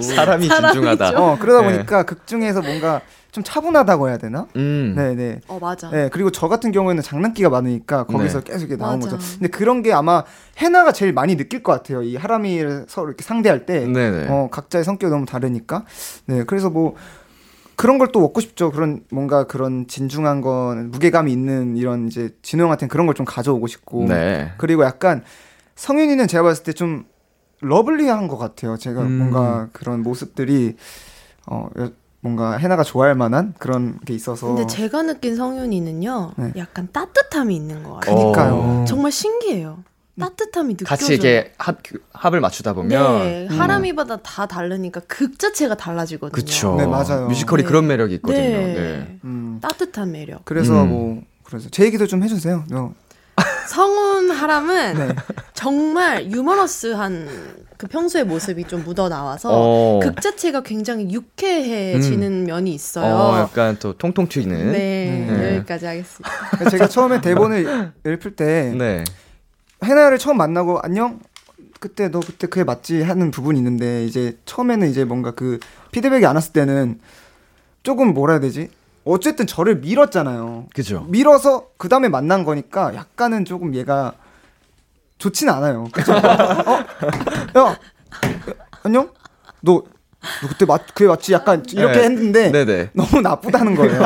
사람이 진중하다.
어 그러다
네.
보니까 극 중에서 뭔가 좀 차분하다고 해야 되나?
음.
네네.
어 맞아.
네 그리고 저 같은 경우에는 장난기가 많으니까 거기서
네.
계속 이렇게 나온
맞아.
거죠. 근데 그런 게 아마 해나가 제일 많이 느낄 것 같아요. 이 하람이를 서로 이렇게 상대할 때
네네.
어, 각자의 성격이 너무 다르니까. 네, 그래서 뭐 그런 걸 또 먹고 싶죠. 그런 뭔가 그런 진중한 건 무게감이 있는 이런 이제 진호 형한테는 그런 걸 좀 가져오고 싶고.
네.
그리고 약간 성윤이는 제가 봤을 때 좀 러블리한 것 같아요. 제가
음.
뭔가 그런 모습들이 어 여- 뭔가 해나가 좋아할 만한 그런 게 있어서.
근데 제가 느낀 성윤이는요,
네. 어.
약간 따뜻함이 있는 것 같아요.
그니까요.
정말 신기해요.
음.
따뜻함이 느껴져요.
어. 음. 같이 이게 합, 합을 맞추다 보면
네,
음.
하람이마다 다 다르니까 극 자체가 달라지거든요.
그쵸.
네, 맞아요.
뮤지컬이
네.
그런 매력이 있거든요.
네.
네.
음.
따뜻한 매력.
그래서
음.
뭐 그래서 제 얘기도 좀 해주세요. 어,
성훈 하람은
네.
정말 유머러스한 그 평소의 모습이 좀 묻어 나와서
어.
극 자체가 굉장히 유쾌해지는 면이 있어요.
어, 약간 또 통통 튀는.
네,
네.
여기까지 하겠습니다.
그러니까 제가 처음에 대본을 읊을 때
네.
해나를 처음 만나고 안녕 그때 너 그때 그게 맞지 하는 부분이 있는데 이제 처음에는 이제 뭔가 그 피드백이 안 왔을 때는 조금 뭐라 해야 되지 어쨌든 저를 밀었잖아요
그죠.
밀어서 그 다음에 만난 거니까 약간은 조금 얘가 좋진 않아요 그쵸? 어? 야, 야 안녕 너, 너 그때 맞 그게 맞지 약간 이렇게
네.
했는데
네네.
너무 나쁘다는 거예요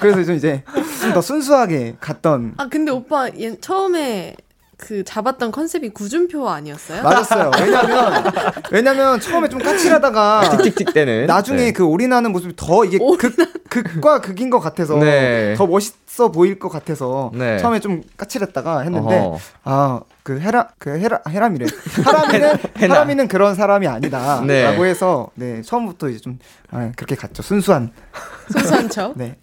그래서 좀 이제 좀 더 순수하게 갔던
아 근데 오빠 얘 처음에 그 잡았던 컨셉이 구준표 아니었어요?
맞았어요. 왜냐면 왜냐면 처음에 좀 까칠하다가
틱틱 때는.
아, 나중에
네.
그 올인하는 모습이 더 이게 극 극과 극인 것 같아서
네.
더 멋있어 보일 것 같아서
네.
처음에 좀 까칠했다가 했는데
어허.
아 그 헤라 그 헤라 헤람이래 하람이는
헤나.
하람이는 그런 사람이 아니다라고
네.
해서 네 처음부터 이제 좀 아, 그렇게 갔죠 순수한
소수한 척.
네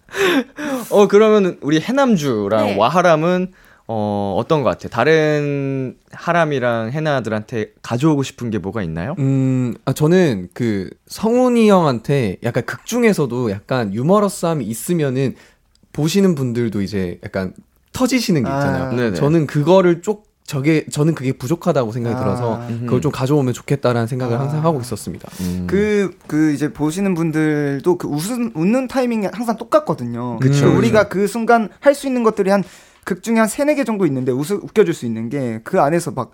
어, 그러면 우리 해남주랑
네.
와하람은 어, 어떤 것 같아? 다른 하람이랑 해나들한테 가져오고 싶은 게 뭐가 있나요?
음, 아, 저는 그 성훈이 형한테 약간 극 중에서도 약간 유머러스함이 있으면은 보시는 분들도 이제 약간 터지시는 게 있잖아요.
아.
네네.
저는 그거를 쪽 저게 저는 그게 부족하다고 생각이
아.
들어서 그걸
음.
좀 가져오면 좋겠다라는
아.
생각을 항상 하고 있었습니다.
그, 그 이제 보시는 분들도 그 웃음, 웃는 타이밍이 항상 똑같거든요.
그쵸,
그 우리가 그 순간 할 수 있는 것들이 한 극 중에 한 세네 개 정도 있는데 웃, 웃겨줄 수 있는 게 그 안에서 막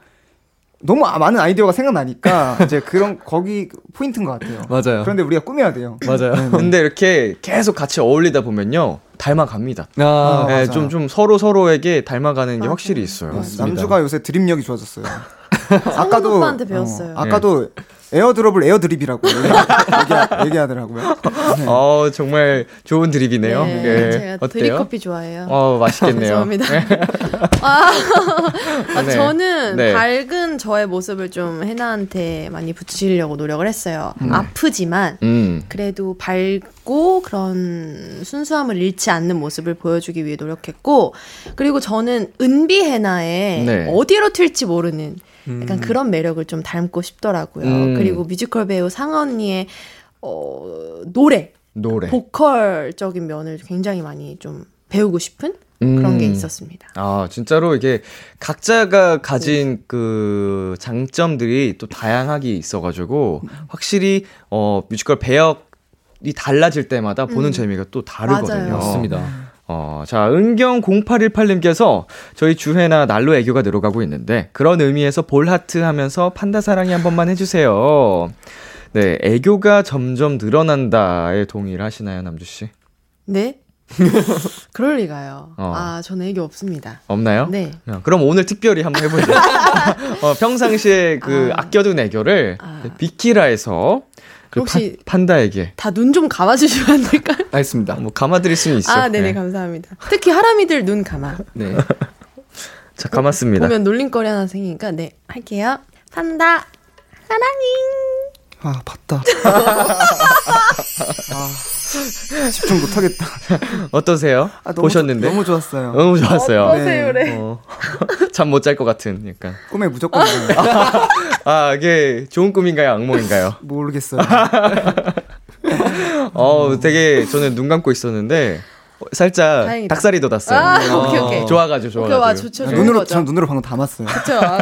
너무 아- 많은 아이디어가 생각나니까 이제 그런 거기 포인트인 것 같아요.
맞아요.
그런데 우리가 꾸며야 돼요.
맞아요.
근데 이렇게 계속 같이 어울리다 보면요. 닮아갑니다.
아,
네,
맞아요.
좀, 좀 서로 서로에게 닮아가는 게 확실히 있어요.
남주가 요새 드립력이 좋아졌어요. 아까도
오빠한테 배웠어요.
어, 아까도 에어드롭을 에어드립이라고 얘기, 얘기, 하더라고요
어, 정말 좋은 드립이네요.
네,
예.
제가 드립커피 좋아해요.
어, 맛있겠네요.
죄송합니다. 아, 아,
네.
저는
네.
밝은 저의 모습을 좀 해나한테 많이 붙이려고 노력을 했어요. 아프지만
음.
그래도 밝고 그런 순수함을 잃지 않는 모습을 보여주기 위해 노력했고 그리고 저는 은비 해나의
네.
어디로 튈지 모르는 약간 그런 매력을 좀 닮고 싶더라고요.
음.
그리고 뮤지컬 배우 상아 언니의 어, 노래
노래.
보컬적인 면을 굉장히 많이 좀 배우고 싶은 그런 게
음.
있었습니다.
아, 진짜로 이게 각자가 가진 그 장점들이 또 다양하게 있어가지고 확실히 어 뮤지컬 배역이 달라질 때마다 보는 재미가 또 다르거든요.
음. 맞아요.
맞습니다.
어, 자, 은경 0818님께서 저희 주회나 날로 애교가 늘어가고 있는데 그런 의미에서 볼하트 하면서 판다 사랑이 한 번만 해주세요. 네, 애교가 점점 늘어난다에 동의를 하시나요, 남주 씨?
네? 그럴 리가요.
어.
아, 저는 애교 없습니다.
없나요?
네.
어, 그럼 오늘 특별히 한번 해보죠. 어, 평상시에 그 아. 껴둔 애교를
아.
비키라에서 그
혹시-
파- 판다에게
다 눈 좀 감아주시면 안 될까요?
알겠습니다.
뭐 감아드릴 수는 있어요.
아, 네네,
네.
감사합니다. 특히 하람이들 눈 감아.
네.
자, 감았습니다.
보면 놀림거리 하나 생기니까, 네, 할게요. 판다. 사랑잉.
아 봤다. 아, 집중 못하겠다.
어떠세요?
아, 너무
보셨는데?
좋- 너무 좋았어요.
너무 좋았어요.
어떠세요,
그래.
잠 못 잘 것 같은 약간.
꿈에 무조건 나요. 아,
아, 이게 좋은 꿈인가요? 악몽인가요?
모르겠어요.
아, 어, 되게 저는 눈 감고 있었는데 어, 살짝
다행이다.
닭살이 돋았어요.
아,
어,
오케이, 오케이.
좋아가지고, 좋아가지고.
오케이, 와, 좋죠, 좋은
눈으로
거죠.
전 눈으로 방금 담았어요.
그쵸. 아,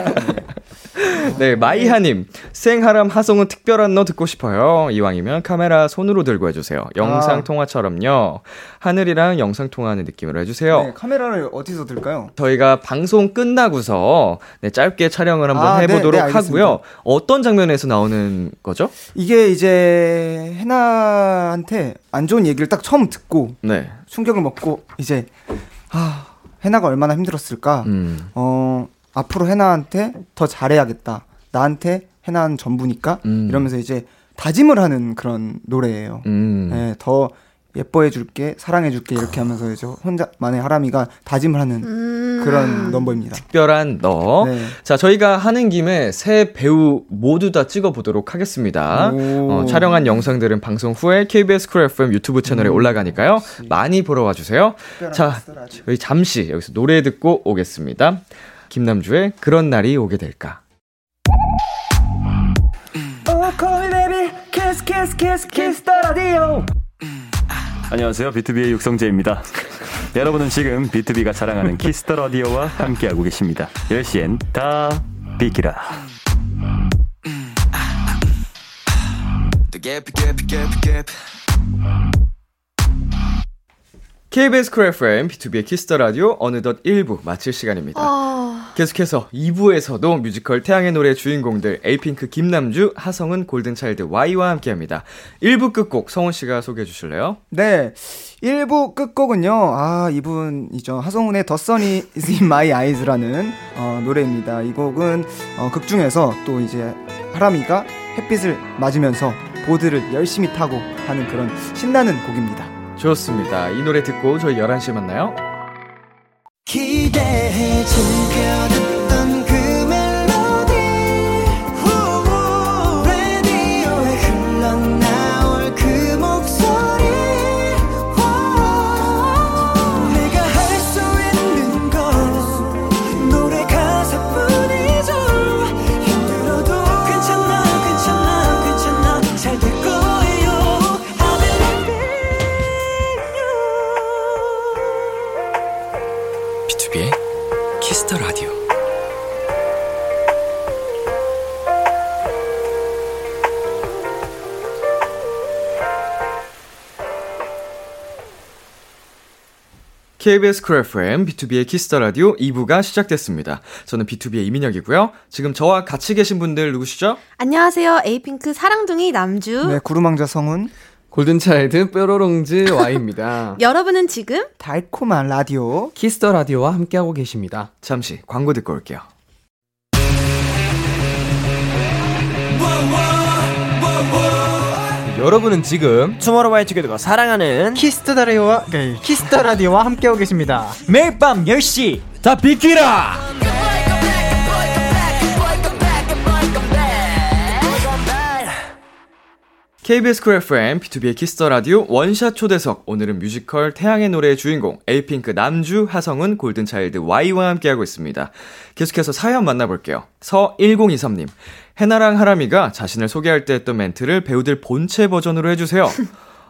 네, 마이하님. 생하람 하성은 특별한 너 듣고 싶어요. 이왕이면 카메라 손으로 들고 해주세요.
아.
영상통화처럼요. 하늘이랑 영상통화하는 느낌으로 해주세요.
네, 카메라를 어디서 들까요?
저희가 방송 끝나고서 네, 짧게 촬영을 한번
아, 네,
해보도록
네, 알겠습니다.
하고요. 어떤 장면에서 나오는 거죠?
이게 이제 해나한테 안 좋은 얘기를 딱 처음 듣고
네.
충격을 먹고 이제 아 해나가 얼마나 힘들었을까.
음.
어 앞으로 해나한테 더 잘해야겠다. 나한테 해나는 전부니까
음.
이러면서 이제 다짐을 하는 그런 노래예요.
음.
예, 더 예뻐해줄게, 사랑해줄게 이렇게 하면서 이제 혼자만의 하람이가 다짐을 하는 그런 넘버입니다.
특별한 너.
네.
자, 저희가 하는 김에 새 배우 모두 다 찍어보도록 하겠습니다.
오.
어, 촬영한 영상들은 방송 후에 KBS 쿨 FM 유튜브 채널에 올라가니까요. 많이 보러 와주세요. 자, 저희 잠시 여기서 노래 듣고 오겠습니다. 김남주의 그런 날이 오게 될까.
안녕하세요. 비투비의 육성재입니다. 여러분은 지금 비투비가 자랑하는 키스터 라디오와 함께하고 계십니다. 10시엔 다 비키라.
KBS 쿨 FM B2B의 키스터 라디오 어느덧 1부 마칠 시간입니다. 계속해서 2부에서도 뮤지컬 태양의 노래 주인공들 에이핑크 김남주, 하성은 골든차일드 Y와 함께합니다. 1부 끝곡 성훈 씨가 소개해 주실래요?
네. 1부 끝곡은요. 아, 이분이죠. 하성운의 The Sun is in my eyes라는 어, 노래입니다. 이 곡은 어, 극 중에서 또 이제 하람이가 햇빛을 맞으면서 보드를 열심히 타고 하는 그런 신나는 곡입니다.
좋습니다. 이 노래 듣고 저희 11시에 만나요.
기대해 즐겨듣던 그 멜로디 후, 라디오에 흘러나올 그 목소리 와, 내가 할 수 있는 건 노래 가사뿐이죠 힘들어도 괜찮아 괜찮아 괜찮아 잘 될 거예요 I believe in you
B2B의 키스터 라디오.
KBS 쿨 FM B2B의 키스터 라디오 2부가 시작됐습니다. 저는 B2B의 이민혁이고요. 지금 저와 같이 계신 분들 누구시죠?
안녕하세요. 에이핑크 사랑둥이 남주.
네, 구름왕자 성훈
골든차일드 뾰로롱즈 Y입니다.
여러분은 지금
달콤한 라디오.
키스터 라디오와 함께하고 계십니다.
잠시 광고 듣고 올게요.
여러분은 지금
투모로우바이 투게더가 사랑하는
키스터 라디오와
네.
키스터 라디오와 함께하고 계십니다.
매일 밤 10시 다 비키라
KBS 쿨 FM B2B의 키스터 라디오 원샷 초대석 오늘은 뮤지컬 태양의 노래의 주인공 에이핑크 남주 하성은 골든차일드 Y와 함께하고 있습니다. 계속해서 사연 만나볼게요. 서1023님 해나랑 하람이가 자신을 소개할 때 했던 멘트를 배우들 본체 버전으로 해주세요.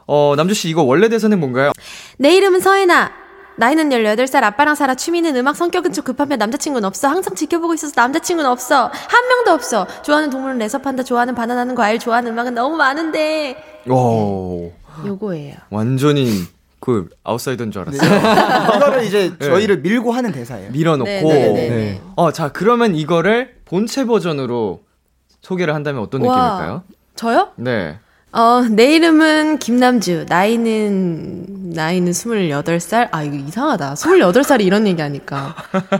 어 남주 씨 이거 원래 대사는 뭔가요?
내 이름은 서혜나.
나이는 18살, 아빠랑 살아, 취미는 음악, 성격은 좀 급하면 남자친구는 없어. 항상 지켜보고 있어서 남자친구는 없어. 한 명도 없어. 좋아하는 동물은 레서판다, 좋아하는 바나나는 과일, 좋아하는 음악은 너무 많은데.
오.
요거예요.
완전히 그 아웃사이더인 줄 알았어요.
이거를 이제
네.
저희를 밀고 하는 대사예요.
밀어놓고.
네, 네, 네, 네.
어, 자, 그러면 이거를 본체 버전으로 소개를 한다면 어떤
와.
느낌일까요?
저요?
네.
어, 내 이름은 김남주. 나이는, 나이는 28살? 아, 이거 이상하다. 28살이 이런 얘기 하니까.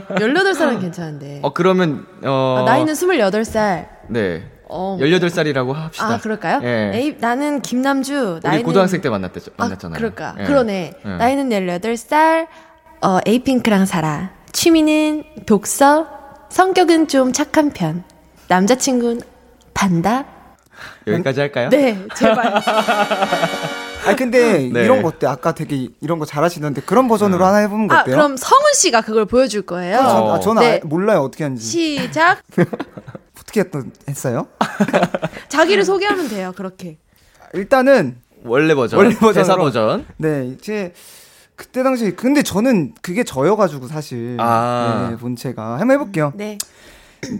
18살은 괜찮은데.
어, 그러면, 어.
아, 나이는 28살.
네.
어.
18살이라고 합시다.
아, 그럴까요?
예.
에이, 나는 김남주.
우리
나이는.
고등학생 때 만났댔죠,
아,
만났잖아요.
그럴까.
예.
그러네.
예.
나이는 18살, 어, 에이핑크랑 살아. 취미는 독서, 성격은 좀 착한 편. 남자친구는 반다?
여기까지 할까요?
네, 제발.
아 근데
네.
이런 거 어때? 아까 되게 이런 거 잘하시던데 그런 버전으로 하나 해보는 거
아,
어때요?
그럼 성훈 씨가 그걸 보여줄 거예요.
그렇죠.
전, 아, 전 아-
네.
몰라요 어떻게 하는지.
시작.
어떻게 했던, 했어요?
음.
자기를 소개하면 돼요. 그렇게.
일단은
원래 버전.
원래 버전으로.
대사 버전.
네 이제 그때 당시 근데 저는 그게 저여가지고 사실
아.
네, 본체가 한번 해볼게요.
네.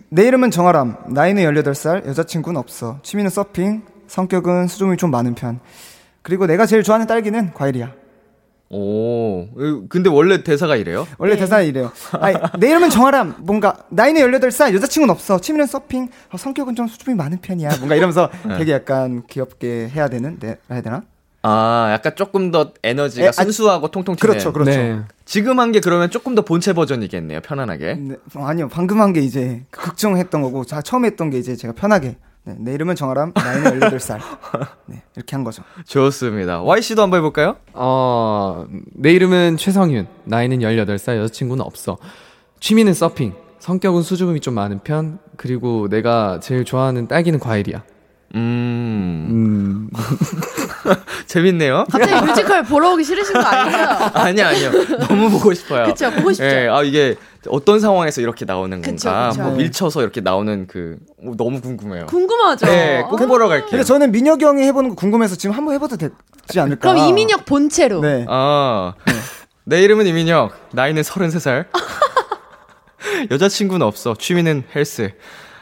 내 이름은 정아람. 나이는 18살. 여자친구는 없어. 취미는 서핑. 성격은 수줍음이 좀 많은 편. 그리고 내가 제일 좋아하는 딸기는 과일이야.
오. 으, 근데 원래 대사가 이래요?
원래
네.
대사 이래요. 아니, 내 이름은 정아람. 뭔가 나이는 18살. 여자친구는 없어. 취미는 서핑. 어, 성격은 좀 수줍음이 많은 편이야. 뭔가 이러면서
네.
되게 약간 귀엽게 해야 되는 네, 해야 되나?
아, 약간 조금 더 에너지가
에, 아,
순수하고 통통
어,
튀는.
그렇죠, 그렇죠.
네.
지금 한 게 그러면 조금 더 본체 버전이겠네요. 편안하게.
네, 어, 아니요. 방금 한 게 이제 극정했던 거고 자, 처음 했던 게 이제 제가 편하게 네, 내 이름은 정아람. 나이는 18살. 네, 이렇게 한 거죠.
좋습니다. Y 씨도 한번 해볼까요?
어, 내 이름은 최성윤. 나이는 18살, 여자친구는 없어. 취미는 서핑. 성격은 수줍음이 좀 많은 편. 그리고 내가 제일 좋아하는 딸기는 과일이야.
음,
음.
재밌네요.
갑자기 뮤지컬 보러 오기 싫으신 거 아니에요?
아니요, 아니요. 너무 보고 싶어요.
그쵸, 보고 싶죠.
예, 아, 이게 어떤 상황에서 이렇게 나오는
그쵸,
건가.
그쵸.
뭐 밀쳐서 이렇게 나오는 그, 오, 너무 궁금해요.
궁금하죠. 어.
네, 꼭 보러 갈게요.
근데 저는 민혁이 형이 해보는 거 궁금해서 지금 한번 해봐도 되지 않을까?
그럼 이민혁 본체로.
네.
아, 내 이름은 이민혁. 나이는 33살. 여자친구는 없어. 취미는 헬스.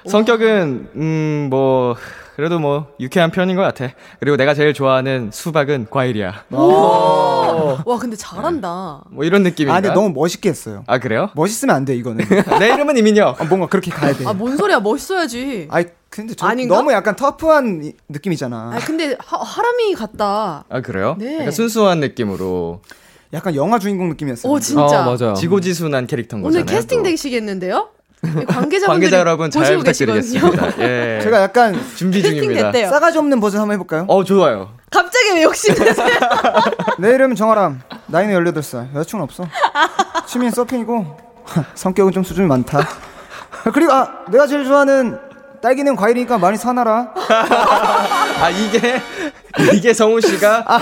성격은, 음, 뭐, 그래도 뭐, 유쾌한 편인 것 같아. 그리고 내가 제일 좋아하는 수박은 과일이야.
어?
와, 근데 잘한다.
뭐, 이런 느낌인가?
아, 근데 너무 멋있게 했어요.
아, 그래요?
멋있으면 안 돼, 이거는.
내 이름은 이민혁.
아, 뭔가 그렇게 가야 돼.
네.
아, 뭔 소리야. 멋있어야지.
아이 근데 저
아닌가?
너무 약간 터프한 이- 느낌이잖아.
아, 근데 하, 하람이 같다.
아, 그래요?
네.
약간 순수한 느낌으로.
약간 영화 주인공 느낌이었어요.
오, 진짜.
어, 맞아요.
지고지순한 캐릭터인 거잖아요. 네,
오늘 캐스팅
또.
되시겠는데요? 네, 관계자분들
관계자 여러분 잘 부탁드리겠습니다. 예.
제가 약간
준비
캐스팅
중입니다.
됐대요.
싸가지 없는 버전 한번 해볼까요?
어, 좋아요.
갑자기 왜 욕심내세요?
내 이름은 정아람. 나이는 18살. 여자친구는 없어. 취미는 서핑이고 성격은 좀 수준이 많다. 그리고 아, 내가 제일 좋아하는 딸기는 과일이니까 많이 사놔라.
아, 이게, 이게 성훈 씨가
아.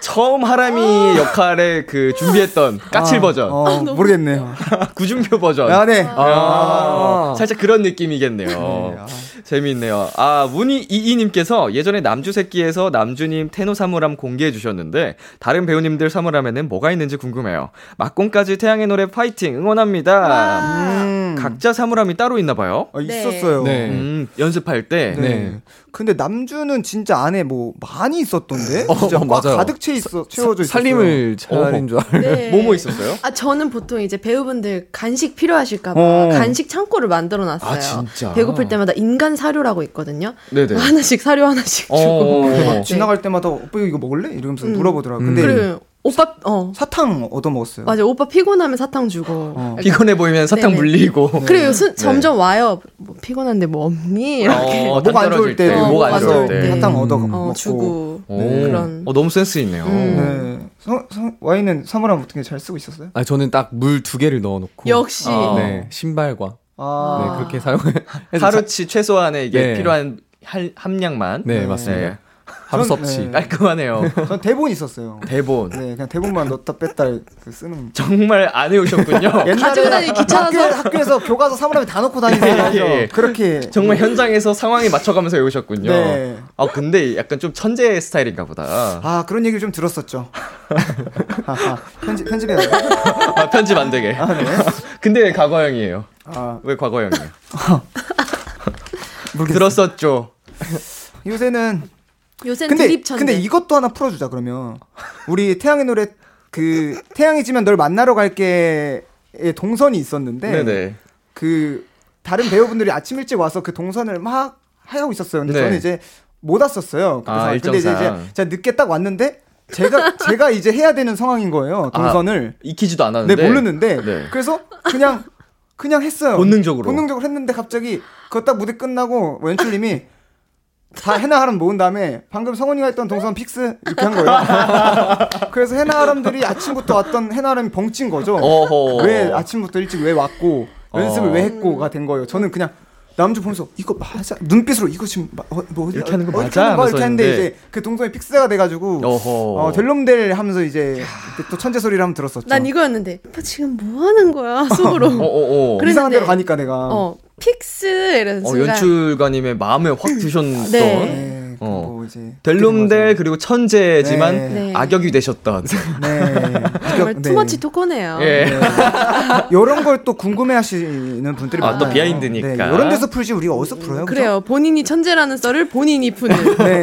처음 하람이 역할에 그 준비했던
아.
까칠 버전,
어, 모르겠네요.
구준표 버전.
아, 네.
아, 살짝 그런 느낌이겠네요. 재미있네요. 아, 문희 이이님께서 예전에 남주새끼에서 남주님 테노 사물함 공개해 주셨는데 다른 배우님들 사물함에는 뭐가 있는지 궁금해요. 막공까지 태양의 노래 파이팅 응원합니다.
음,
각자 사물함이 따로 있나 봐요.
어,
네.
있었어요.
네.
음, 연습할 때.
네.
네.
근데 남주는 진짜 안에 뭐 많이 있었던데. 진짜 꽉
어, 맞아요.
가득 채 있어. 채워져 있어.
살림을 차린 줄 알고.
네.
뭐뭐 있었어요?
아 저는 보통 이제 배우분들 간식 필요하실까봐
어.
간식 창고를 만들어 놨어요.
아, 진짜?
배고플 때마다 인간 사료라고 있거든요.
네네.
아, 하나씩 사료 하나씩
어.
주고.
네.
지나갈 때마다 오빠 이거 먹을래? 이러면서
음.
물어보더라고. 근데
그리고 오빠 어
사탕 얻어 먹었어요.
맞아 오빠 피곤하면 사탕
어.
주고.
피곤해 보이면 사탕
네네.
물리고.
그리고 순, 점점 와요. 뭐 피곤한데 뭐 없니? 이렇게
어,
목 안
당 떨어질
좋을 때,
어, 목안
목안
가서
좋을
좋을
때.
때.
사탕 얻어
어,
먹고.
주고
오,
그런. 음.
어, 너무 센스 있네요.
네. 성, 성, 와인은 사물함 어떻게 잘 쓰고 있었어요?
아, 저는 딱 물 두 개를 넣어놓고.
역시.
네, 신발과.
아,
음.
네, 그렇게 사용해서.
하루치 최소한의 이게
네.
필요한 할- 함량만. 예, 음.
네, 맞습니다. 바로 섭취.
깔끔하네요.
전 대본 있었어요.
대본.
네, 그냥 대본만 넣었다 뺐다 그 쓰는.
정말 안 해오셨군요.
어, 가지고 다니기 귀찮아서.
학교, 에서 교과서 사물함에 다 넣고 다니세요.
예, 예.
그렇게
정말 현장에서 상황에 맞춰가면서 외우셨군요.
네.
아 근데 약간 좀 천재 스타일인가 보다.
아 그런 얘기를 좀 들었었죠. 하하, 편집 편집해야 돼.
아, 편집 안 되게. 근데 왜 과거형이에요?
아
왜 과거형이에요?
모르겠어요.
들었었죠.
요새는
요새는
근데
드립 천재.
근데 이것도 하나 풀어주자 그러면 우리 태양의 노래 그 태양이 지면 널 만나러 갈게의 동선이 있었는데
네네.
그 다른 배우분들이 아침 일찍 와서 그 동선을 막 하고 있었어요. 근데
네.
저는 이제 못 왔었어요. 그
아,
상황. 근데 이제,
일정상.
이제 제가 늦게 딱 왔는데 제가 제가 이제 해야 되는 상황인 거예요. 동선을
익히지도 않았는데.
네, 모르는데
네.
그래서 그냥 그냥 했어요.
본능적으로.
본능적으로 했는데 갑자기 그거 딱 무대 끝나고 뭐 연출님이 다 해나 하람 모은 다음에 방금 성훈이가 했던 동선 픽스 이렇게 한 거예요. 그래서 해나 하람들이 아침부터 왔던 해나 하람이 벙친 거죠.
어허.
왜 아침부터 일찍 왜 왔고
어.
연습을 왜 했고가 된 거예요. 저는 그냥 남주 보면서 이거 맞아 눈빛으로 이거 지금 마- 어, 뭐
이렇게 하는 거
어,
맞아?
하는 거야? 이렇게
하면서
했는데
했는데
이제 그 동선이 픽스가 돼가지고
어허.
어, 델롬델 하면서 이제 그때 또 천재 소리를 한번 들었었죠.
난 이거였는데 오빠 지금 뭐 하는 거야 속으로.
어, 어, 어.
그래-
이상한 데로
그랬는데-
가니까 내가
어 픽스 이런
어,
순간
연출가님의 마음에 확 드셨던
네.
네,
어.
뭐 이제
델롬델 그리고 천재지만
네.
네.
악역이 되셨던.
네.
정말 투머치 아, 토커네요.
예.
이런 걸 또 궁금해하시는 분들이
아,
많아요.
또 비하인드니까.
이런 데서 풀지 우리가 어디서 풀어요? 그죠?
그래요. 본인이 천재라는 썰을 본인이 푸는.
어.
네.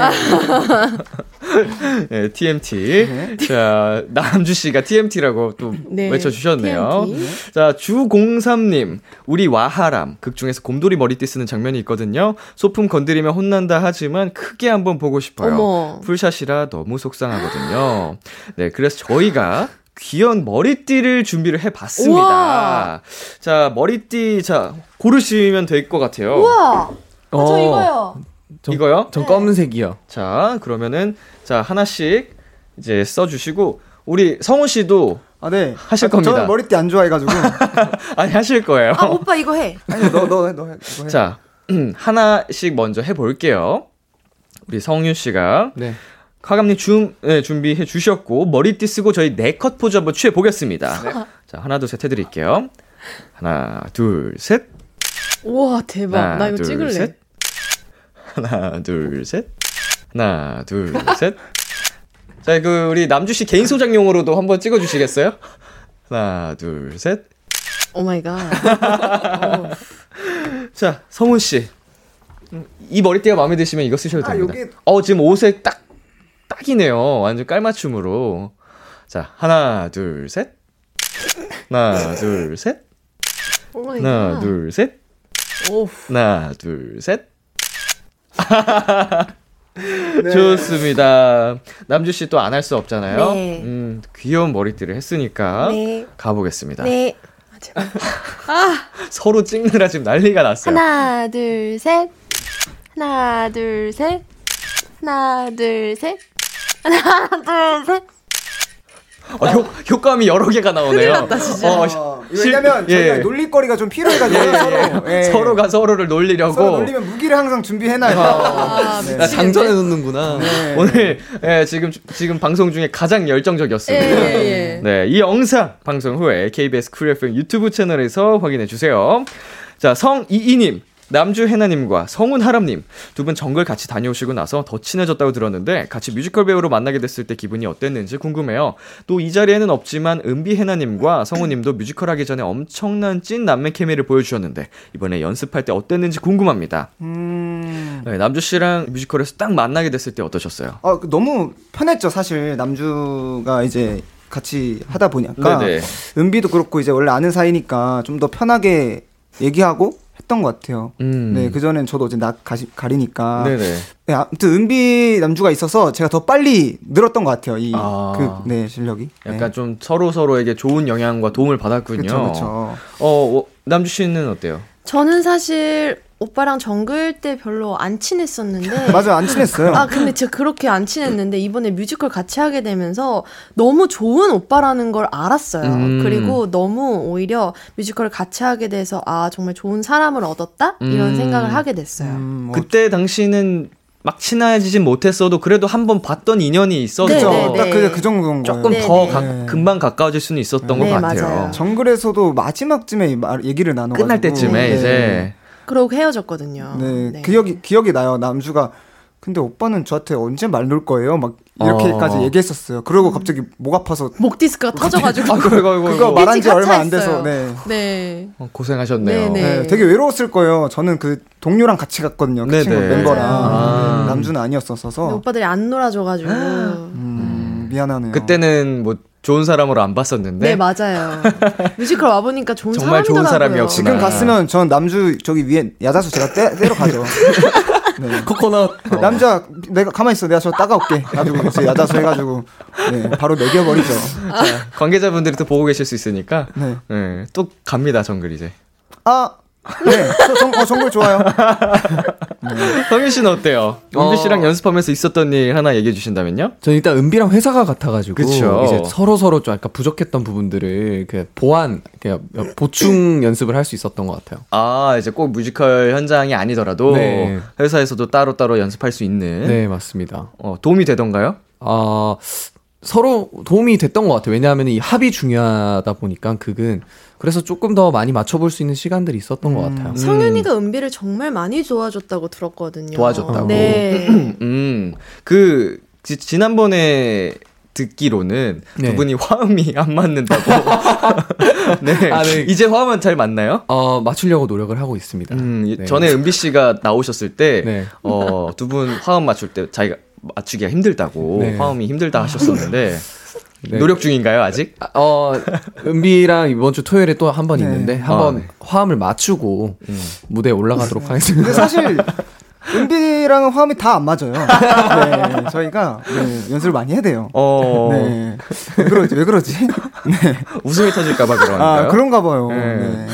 네, TMT.
네.
자, 남주 씨가 TMT라고 또
네,
외쳐주셨네요.
TMT.
자, 주공삼님. 우리 와하람. 극 중에서 곰돌이 머리띠 쓰는 장면이 있거든요. 소품 건드리면 혼난다 하지만 크게 한번 보고 싶어요.
어머.
풀샷이라 너무 속상하거든요. 네, 그래서 저희가 귀여운 머리띠를 준비를 해봤습니다.
우와.
자, 머리띠, 자, 고르시면 될 것 같아요.
우와! 아,
어.
저 이거요.
저-
이거요?
네.
전 검은색이요.
자, 그러면은 자 하나씩 이제 써주시고 우리 성훈 씨도
아, 네.
하실
아,
겁니다.
저는 머리띠 안 좋아해가지고.
아니 하실 거예요.
아, 오빠 이거 해.
아니, 너, 너, 해, 너, 해, 너 해.
자 하나씩 먼저 해볼게요. 우리 성윤 씨가
네.
과감님 준 네, 준비해 주셨고 머리띠 쓰고 저희 네컷 포즈 한번 취해 보겠습니다.
네.
자 하나 둘 셋 해드릴게요. 하나 둘 셋.
우와 대박.
하나,
나 이거
둘,
찍을래.
셋. 하나 둘 셋. 하나 둘 셋. 자, 그 우리 남주 씨 개인 소장용으로도 한번 찍어 주시겠어요? 하나 둘 셋.
오 마이 갓.
자, 성훈 씨. 음, 이 머리띠가 마음에 드시면 이거 쓰셔도
아,
됩니다.
요게-
어, 지금 옷에 딱 딱이네요. 완전 깔맞춤으로. 자, 하나, 둘, 셋. 하나, 둘, 셋.
오 마이
하나,
갓.
둘, 셋.
오.
하나, 둘, 셋.
네.
좋습니다. 남주 씨 또 안 할 수 없잖아요.
네.
음, 귀여운 머리띠를 했으니까
네.
가보겠습니다.
네.
서로 찍느라 지금 난리가 났어요.
하나, 둘, 셋. 하나, 둘, 셋. 하나, 둘, 셋. 하나, 둘, 셋.
어, 효, 효과음이 여러 개가 나오네요.
났다, 진짜.
어,
어,
실-
왜냐면
예.
저희가 놀릴거리가 좀 필요해가지고 서로. 예.
서로가 서로를 놀리려고
서로 놀리면 무기를 항상 준비해놔요.
아,
네.
나 장전해 놓는구나.
네.
오늘 예, 지금 지금 방송 중에 가장 열정적이었습니다.
예, 예, 예.
네, 이 영상 방송 후에 KBS 쿨 FM 유튜브 채널에서 확인해 주세요. 자, 성이이님. 남주 해나님과 성훈 하람님 두 분 정글 같이 다녀오시고 나서 더 친해졌다고 들었는데 같이 뮤지컬 배우로 만나게 됐을 때 기분이 어땠는지 궁금해요. 또 이 자리에는 없지만 은비 해나님과 성훈님도 뮤지컬 하기 전에 엄청난 찐 남매 케미를 보여주셨는데 이번에 연습할 때 어땠는지 궁금합니다.
음.
네, 남주 씨랑 뮤지컬에서 딱 만나게 됐을 때 어떠셨어요?
아, 그 너무 편했죠, 사실. 남주가 이제 같이 하다 보니까.
네네.
은비도 그렇고, 이제 원래 아는 사이니까 좀 더 편하게 얘기하고 했던 것 같아요.
음.
네, 그전엔 저도 어제 낙 가시, 가리니까.
네네.
네, 아무튼 은비 남주가 있어서 제가 더 빨리 늘었던 것 같아요. 이
아.
그, 네, 실력이.
약간 좀 서로 서로에게 좋은 영향과 도움을 받았군요.
그렇죠, 그렇죠.
어, 어, 남주 씨는 어때요?
저는 사실 오빠랑 정글 때 별로 안 친했었는데.
맞아, 요안 친했어요.
아, 근데 제가 그렇게 안 친했는데 이번에 뮤지컬 같이 하게 되면서 너무 좋은 오빠라는 걸 알았어요.
음.
그리고 너무 오히려 뮤지컬을 같이 하게 돼서 아, 정말 좋은 사람을 얻었다?
음. 그
이런 생각을 하게 됐어요.
음, 뭐,
그때 당시는 막 친해지진 못했어도 그래도 한 번 봤던 인연이 있어서
그쵸. 네, 네, 딱 그게 네. 그 정도인 거예요.
조금 더
네,
가-
네.
금방 가까워질 수는 있었던
네,
것 같아요.
맞아요.
정글에서도 마지막쯤에 이 말- 얘기를 네. 나눠
끝날 때쯤에 이제
그러고 헤어졌거든요.
네, 기억이 기억이 나요. 남주가 근데 오빠는 저한테 언제 말 놓을 거예요? 막 이렇게까지
어.
얘기했었어요. 그러고 갑자기 목 아파서
목 디스크가 터져가지고
아이고, 아이고, 아이고.
그거 말한 지
삐지가
얼마 안
차있어요.
돼서 네.
네.
어, 고생하셨네요.
네,
네, 되게 외로웠을 거예요. 저는 그 동료랑 같이 갔거든요. 그
네네.
친구 멤버랑
맞아요. 아.
남주는
근데
아니었어서
오빠들이 안 놀아줘가지고
음, 미안하네요.
그때는 뭐 좋은 사람으로 안
네,
봤었는데
맞아요. 뮤지컬 와 보니까 좋은
정말 좋은
사람이더라고요.
사람이었구나.
지금 갔으면 전 남주 저기 위에 야자수 제가 떼, 떼러 가죠.
네.
코코넛
남자 내가 가만 있어 내가 저 따가올게. 가지고 이제 야자수 해가지고 네, 바로 매겨버리죠.
관계자분들이 또 보고 계실 수 있으니까
네.
네, 또 갑니다 정글 이제.
아 네, 저 정, 어, 정글 좋아요.
성윤 씨는 어때요? 은비 씨랑 연습하면서 있었던 일 하나 얘기해 주신다면요?
저는 일단 은비랑 회사가 같아가지고
그쵸.
이제 서로 서로 좀 약간 부족했던 부분들을 그 보완, 그 보충 연습을 할 수 있었던 것 같아요.
아 이제 꼭 뮤지컬 현장이 아니더라도
네.
회사에서도 따로 따로 연습할 수 있는
네, 맞습니다.
어, 도움이 되던가요?
아 서로 도움이 됐던 것 같아요. 왜냐하면 이 합이 중요하다 보니까 그건 그래서 조금 더 많이 맞춰볼 수 있는 시간들이 있었던
음.
것 같아요.
성윤이가 은비를 정말 많이 도와줬다고 들었거든요.
도와줬다고.
네.
음, 그, 지, 지난번에 듣기로는
네.
두 분이 화음이 안 맞는다고. 네.
아, 네.
이제 화음은 잘 맞나요?
어 맞추려고 노력을 하고 있습니다.
음, 이-
네.
전에 은비 씨가 나오셨을 때,
네.
어, 두 분 화음 맞출 때 자기가 맞추기가 힘들다고,
네.
화음이 힘들다 하셨었는데,
네.
노력 중인가요, 아직?
아, 어 은비랑 이번 주 토요일에 또 한 번 있는데 한번
아, 네.
화음을 맞추고 무대에 올라가도록
근데
하겠습니다.
사실 은비랑은 화음이 다 안 맞아요. 네, 저희가 네, 연습을 많이 해야 돼요.
어,
네. 왜 그러지? 왜 그러지? 네.
웃음이 터질까봐 그런가요?
아, 그런가 봐요.
네.
네.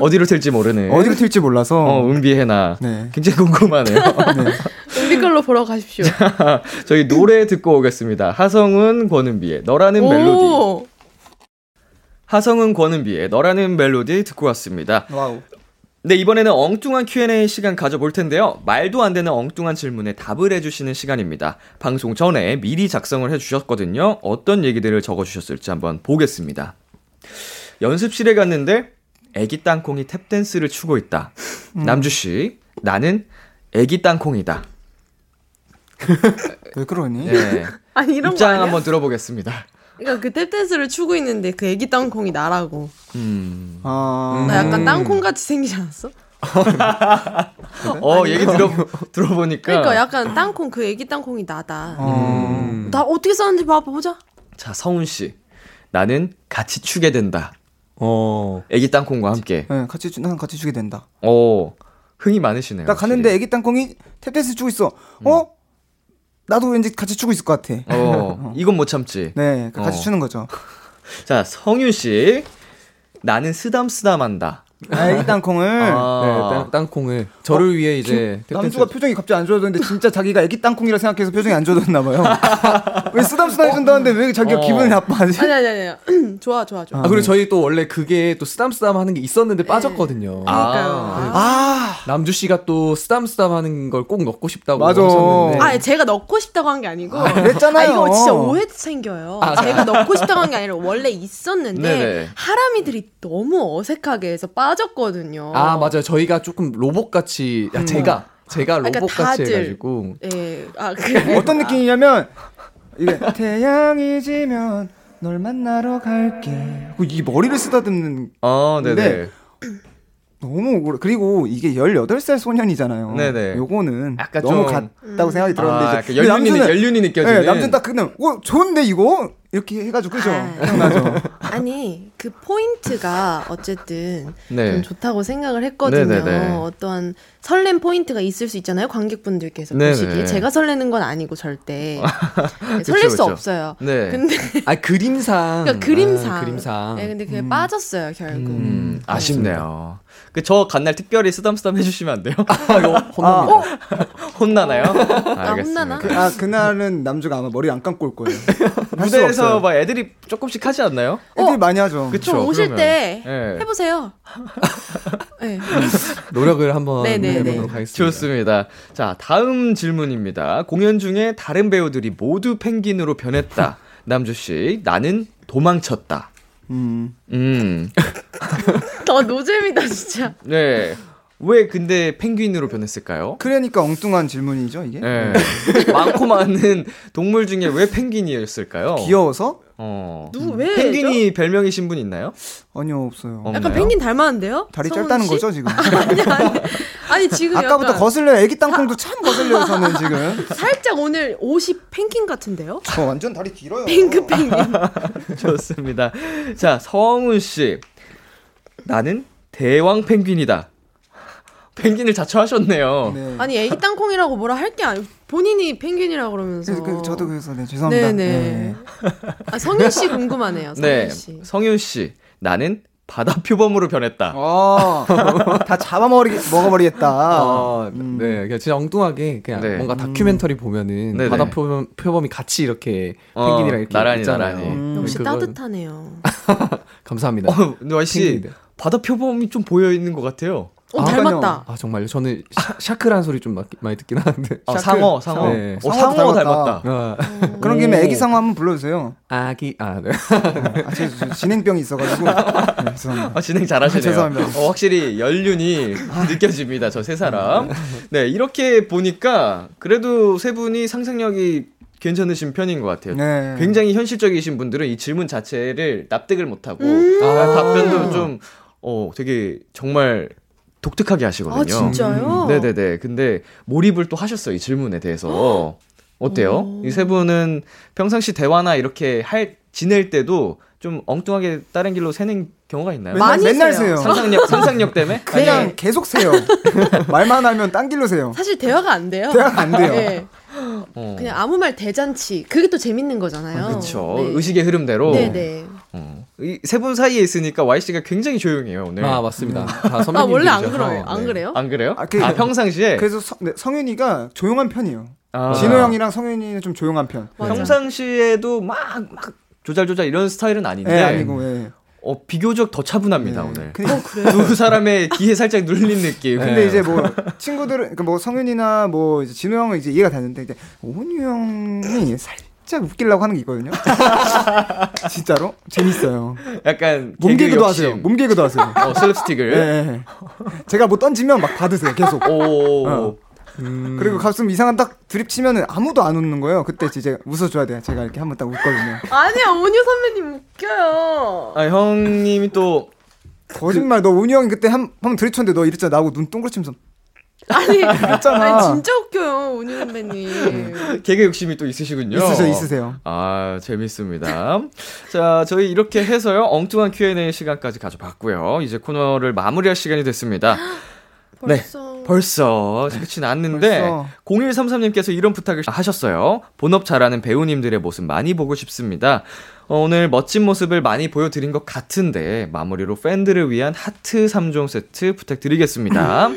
어디로 튈지 모르는.
어디로 튈지 몰라서.
어, 은비 해나.
네.
굉장히 궁금하네요.
은비 걸로 보러 가십시오.
저희 노래 듣고 오겠습니다. 하성은 권은비의 너라는 멜로디.
오.
하성은 권은비의 너라는 멜로디 듣고 왔습니다.
와우.
네, 이번에는 엉뚱한 Q&A 시간 가져볼 텐데요. 말도 안 되는 엉뚱한 질문에 답을 해주시는 시간입니다. 방송 전에 미리 작성을 해주셨거든요. 어떤 얘기들을 적어주셨을지 한번 보겠습니다. 연습실에 갔는데 애기 땅콩이 탭댄스를 추고 있다. 남주씨, 나는 애기 땅콩이다.
왜 그러니?
네.
아니 이런 거
입장
아니야?
한번 들어보겠습니다.
그러니까 그 탭댄스를 추고 있는데 그 애기 땅콩이 나라고.
음.
아,
나 약간 땅콩같이 생기지 않았어?
어, 얘기 들어, 들어보니까.
그러니까 약간 땅콩 그 애기 땅콩이 나다.
어,
음.
나 어떻게 썼는지 봐보자.
자, 서훈씨. 나는 같이 추게 된다.
어
애기 땅콩과 함께.
네, 같이 주, 난 같이 주게 된다.
어, 흥이 많으시네요.
나 가는데
확실히.
애기 땅콩이 탭댄스 추고 있어. 어? 나도 왠지 같이 추고 있을 것 같아.
어, 이건 못 참지.
네, 같이
어.
추는 거죠.
자, 성윤씨. 나는 쓰담쓰담한다.
아, 애기 땅콩을
아.
네, 땅, 콩을
어?
저를 위해 이제
남주가 표정이 갑자기 안 좋아졌는데 진짜 자기가 애기 땅콩이라 생각해서 표정이 안 좋아졌나 봐요. 왜 쓰담쓰담 해준다는데 왜 자기가
어.
기분이 나빠하지?
아니 아니 아니. 좋아 좋아 좋아.
아 그리고 저희 또 원래 그게 또 쓰담쓰담 하는 게
네.
있었는데 빠졌거든요.
그러니까요. 아,
아,
남주 씨가 또 쓰담쓰담 하는 걸 꼭 넣고 싶다고
맞아.
하셨는데
아, 제가 넣고 싶다고 한 게 아니고.
그랬잖아요.
아, 이거 진짜 오해 생겨요. 제가 넣고 싶다고 한 게 아니라 원래 있었는데
네네.
하람이들이 너무 어색하게 해서 빠졌거든요.
아 맞아요. 저희가 조금 로봇같이 야, 제가 제가
음. 그러니까
로봇같이
다들.
해가지고
예. 아, 그
어떤 느낌이냐면 이게 태양이 지면 널 만나러 갈게. 하고 이 머리를 쓰다듬는
어, 네네.
근데 너무 억울해. 그리고 이게 18살 소년이잖아요.
네네.
요거는
약간
너무
좀-
같다고 생각이 들었는데
아,
이제
약간 연륜이, 연륜이 느껴지는.
네, 남자는 딱 그냥 어 좋은데 이거 이렇게 해가지고 그죠?
아.
생각나죠.
아니 그 포인트가 어쨌든
네.
좀 좋다고 생각을 했거든요.
네네네.
어떠한 설렘 포인트가 있을 수 있잖아요. 관객분들께서
네네.
보시기에 제가 설레는 건 아니고 절대 네, 설렐
그쵸,
수
그쵸.
없어요.
네.
근데
아 그림상
그러니까 그림상,
아, 그림상
네, 근데 그게 빠졌어요 결국. 네.
음, 아쉽네요. 그, 저 간 날 특별히 쓰담쓰담 해주시면 안 돼요?
아, 이거 혼납니다.
어?
혼나나요?
혼나나?
알겠습니다.
그, 아 그날은 남주가 아마 머리 안 감고 올 거예요. 할 수가
무대에서
없어요.
막 애들이 조금씩 하지 않나요?
어?
애들이 많이 하죠.
그쵸?
좀 오실
그러면.
때
예.
해보세요. 네.
노력을 한번
네네네.
해보도록 하겠습니다.
좋습니다. 자, 다음 질문입니다. 공연 중에 다른 배우들이 모두 펭귄으로 변했다. 남주 씨, 나는 도망쳤다.
음.
음.
더 노잼이다 진짜.
네. 왜 근데 펭귄으로 변했을까요?
그러니까 엉뚱한 질문이죠 이게.
네. 많고 많은 동물 중에 왜 펭귄이었을까요?
귀여워서?
어.
누구 왜?
penguin이 별명이신 분 있나요?
아니요 없어요.
없나요?
약간 펭귄 닮았는데요?
다리
성훈
짧다는
씨?
거죠 지금.
아니 아니 아니 지금
아까부터
약간
거슬려 애기 땅콩도 참 거슬려요 저는 지금.
살짝 오늘 옷이 펭귄 같은데요?
저 완전 다리 길어요.
핑크 펭귄.
좋습니다. 자, 서홍훈 씨. 나는 대왕 펭귄이다. 펭귄을 자처하셨네요.
네.
아니 애기 땅콩이라고 뭐라 할 게 아니 본인이 펭귄이라 고 그러면서.
그, 그, 저도 그래서 네, 죄송합니다.
어. 네네. 아, 성윤 씨 궁금하네요. 성윤
네.
씨.
성윤 씨. 나는 바다 표범으로 변했다.
어, 다 잡아먹어버리, 먹어버리겠다.
아, 네, 그냥 진짜 엉뚱하게 그냥
음. 네.
뭔가 다큐멘터리 보면은
네네.
바다 표범, 표범이 같이 이렇게
어,
펭귄이랑 이렇게
나란히,
있잖아요. 네,
나란히.
음.
역시
그건-
따뜻하네요.
네.
감사합니다.
어, 노아 씨.
펭귄이다.
바다 표범이 좀 보여 있는 것 같아요.
어
아,
닮았다.
아 정말요? 저는 샤, 샤크라는 소리 좀 마- 많이 듣긴 하는데.
아,
샤크.
상어, 상어.
네.
어,
상어도
상어
닮았다.
닮았다.
아,
그런 김에 애기 상어 한번 불러주세요.
아기 아 네.
아, 제, 저 진행병이 있어가지고. 네, 죄송합니다.
아, 진행 잘하시네요.
죄송합니다.
어, 확실히 연륜이 느껴집니다. 저 세 사람. 네, 이렇게 보니까 그래도 세 분이 상상력이 괜찮으신 편인 것 같아요.
네.
굉장히 현실적이신 분들은 이 질문 자체를 납득을 못하고
음.
아, 답변도 좀 어, 되게 정말 독특하게 하시거든요. 음,
아 진짜요?
네네네. 근데 몰입을 또 하셨어요. 이 질문에 대해서. 어때요? 이 세 분은 평상시 대화나 이렇게 할, 지낼 때도 좀 엉뚱하게 다른 길로 새는 경우가 있나요?
맨날,
많이
맨날
세요.
세요.
상상력, 상상력 때문에?
그냥
아니면-
계속 세요. 말만 하면 딴 길로 세요.
사실 대화가 안 돼요.
대화가 안 돼요.
네.
어.
그냥 아무 말 대잔치. 그게 또 재밌는 거잖아요.
그쵸.
네.
의식의 흐름대로.
네네. 아,
세 분 사이에 있으니까 Y씨가 굉장히 조용해요, 오늘.
아
음.
맞습니다. 다 선배님이죠.
아 원래 안 그래요. 안 그래요?
안 그래요? 아,
아, 그-
평상시에?
그래서 서- 네, 성윤이가 조용한 편이에요.
아.
진호 형이랑 성윤이는 좀 조용한 편.
맞아.
평상시에도 막, 막 조잘조잘 이런 스타일은
예,
아닌데.
아니고, 예.
어, 비교적 더 차분합니다,
네.
오늘.
근데,
두 사람의 기에 살짝 눌린 느낌.
근데 이제 뭐, 친구들은, 그니까 뭐, 성윤이나 뭐, 이제 진호 형은 이제 이해가 되는데, 이제, 오은유 형이 살짝 웃기려고 하는 게 있거든요. 진짜로? 재밌어요.
네. 약간 개그
몸개그도
욕심.
하세요. 몸개그도 하세요.
어, 슬립스틱을.
예, 예. 제가 뭐 던지면 막 받으세요, 계속.
오.
어.
음.
그리고 가끔 이상한 딱 드립 치면은 아무도 안 웃는 거예요. 그때 이제 웃어줘야 돼요. 제가 이렇게 한번 딱 웃거든요.
아니야 온유 선배님 웃겨요.
아, 형님이 또
거짓말, 너 운이 형이 그때 한, 한 번 들이쳤는데 너 이랬잖아. 나하고 눈 동그랗게 치면서.
아니
그랬잖아.
아니 진짜 웃겨요 온유
네.
선배님.
개그 욕심이 또 있으시군요.
있으세요, 있으세요.
아, 재밌습니다. 자, 저희 이렇게 해서요. 엉뚱한 Q&A 시간까지 가져봤고요. 이제 코너를 마무리할 시간이 됐습니다.
벌써.
네. 벌써 끝이 났는데
벌써.
0133님께서 이런 부탁을 하셨어요. 본업 잘하는 배우님들의 모습 많이 보고 싶습니다. 어, 오늘 멋진 모습을 많이 보여드린 것 같은데 마무리로 팬들을 위한 하트 3종 세트 부탁드리겠습니다.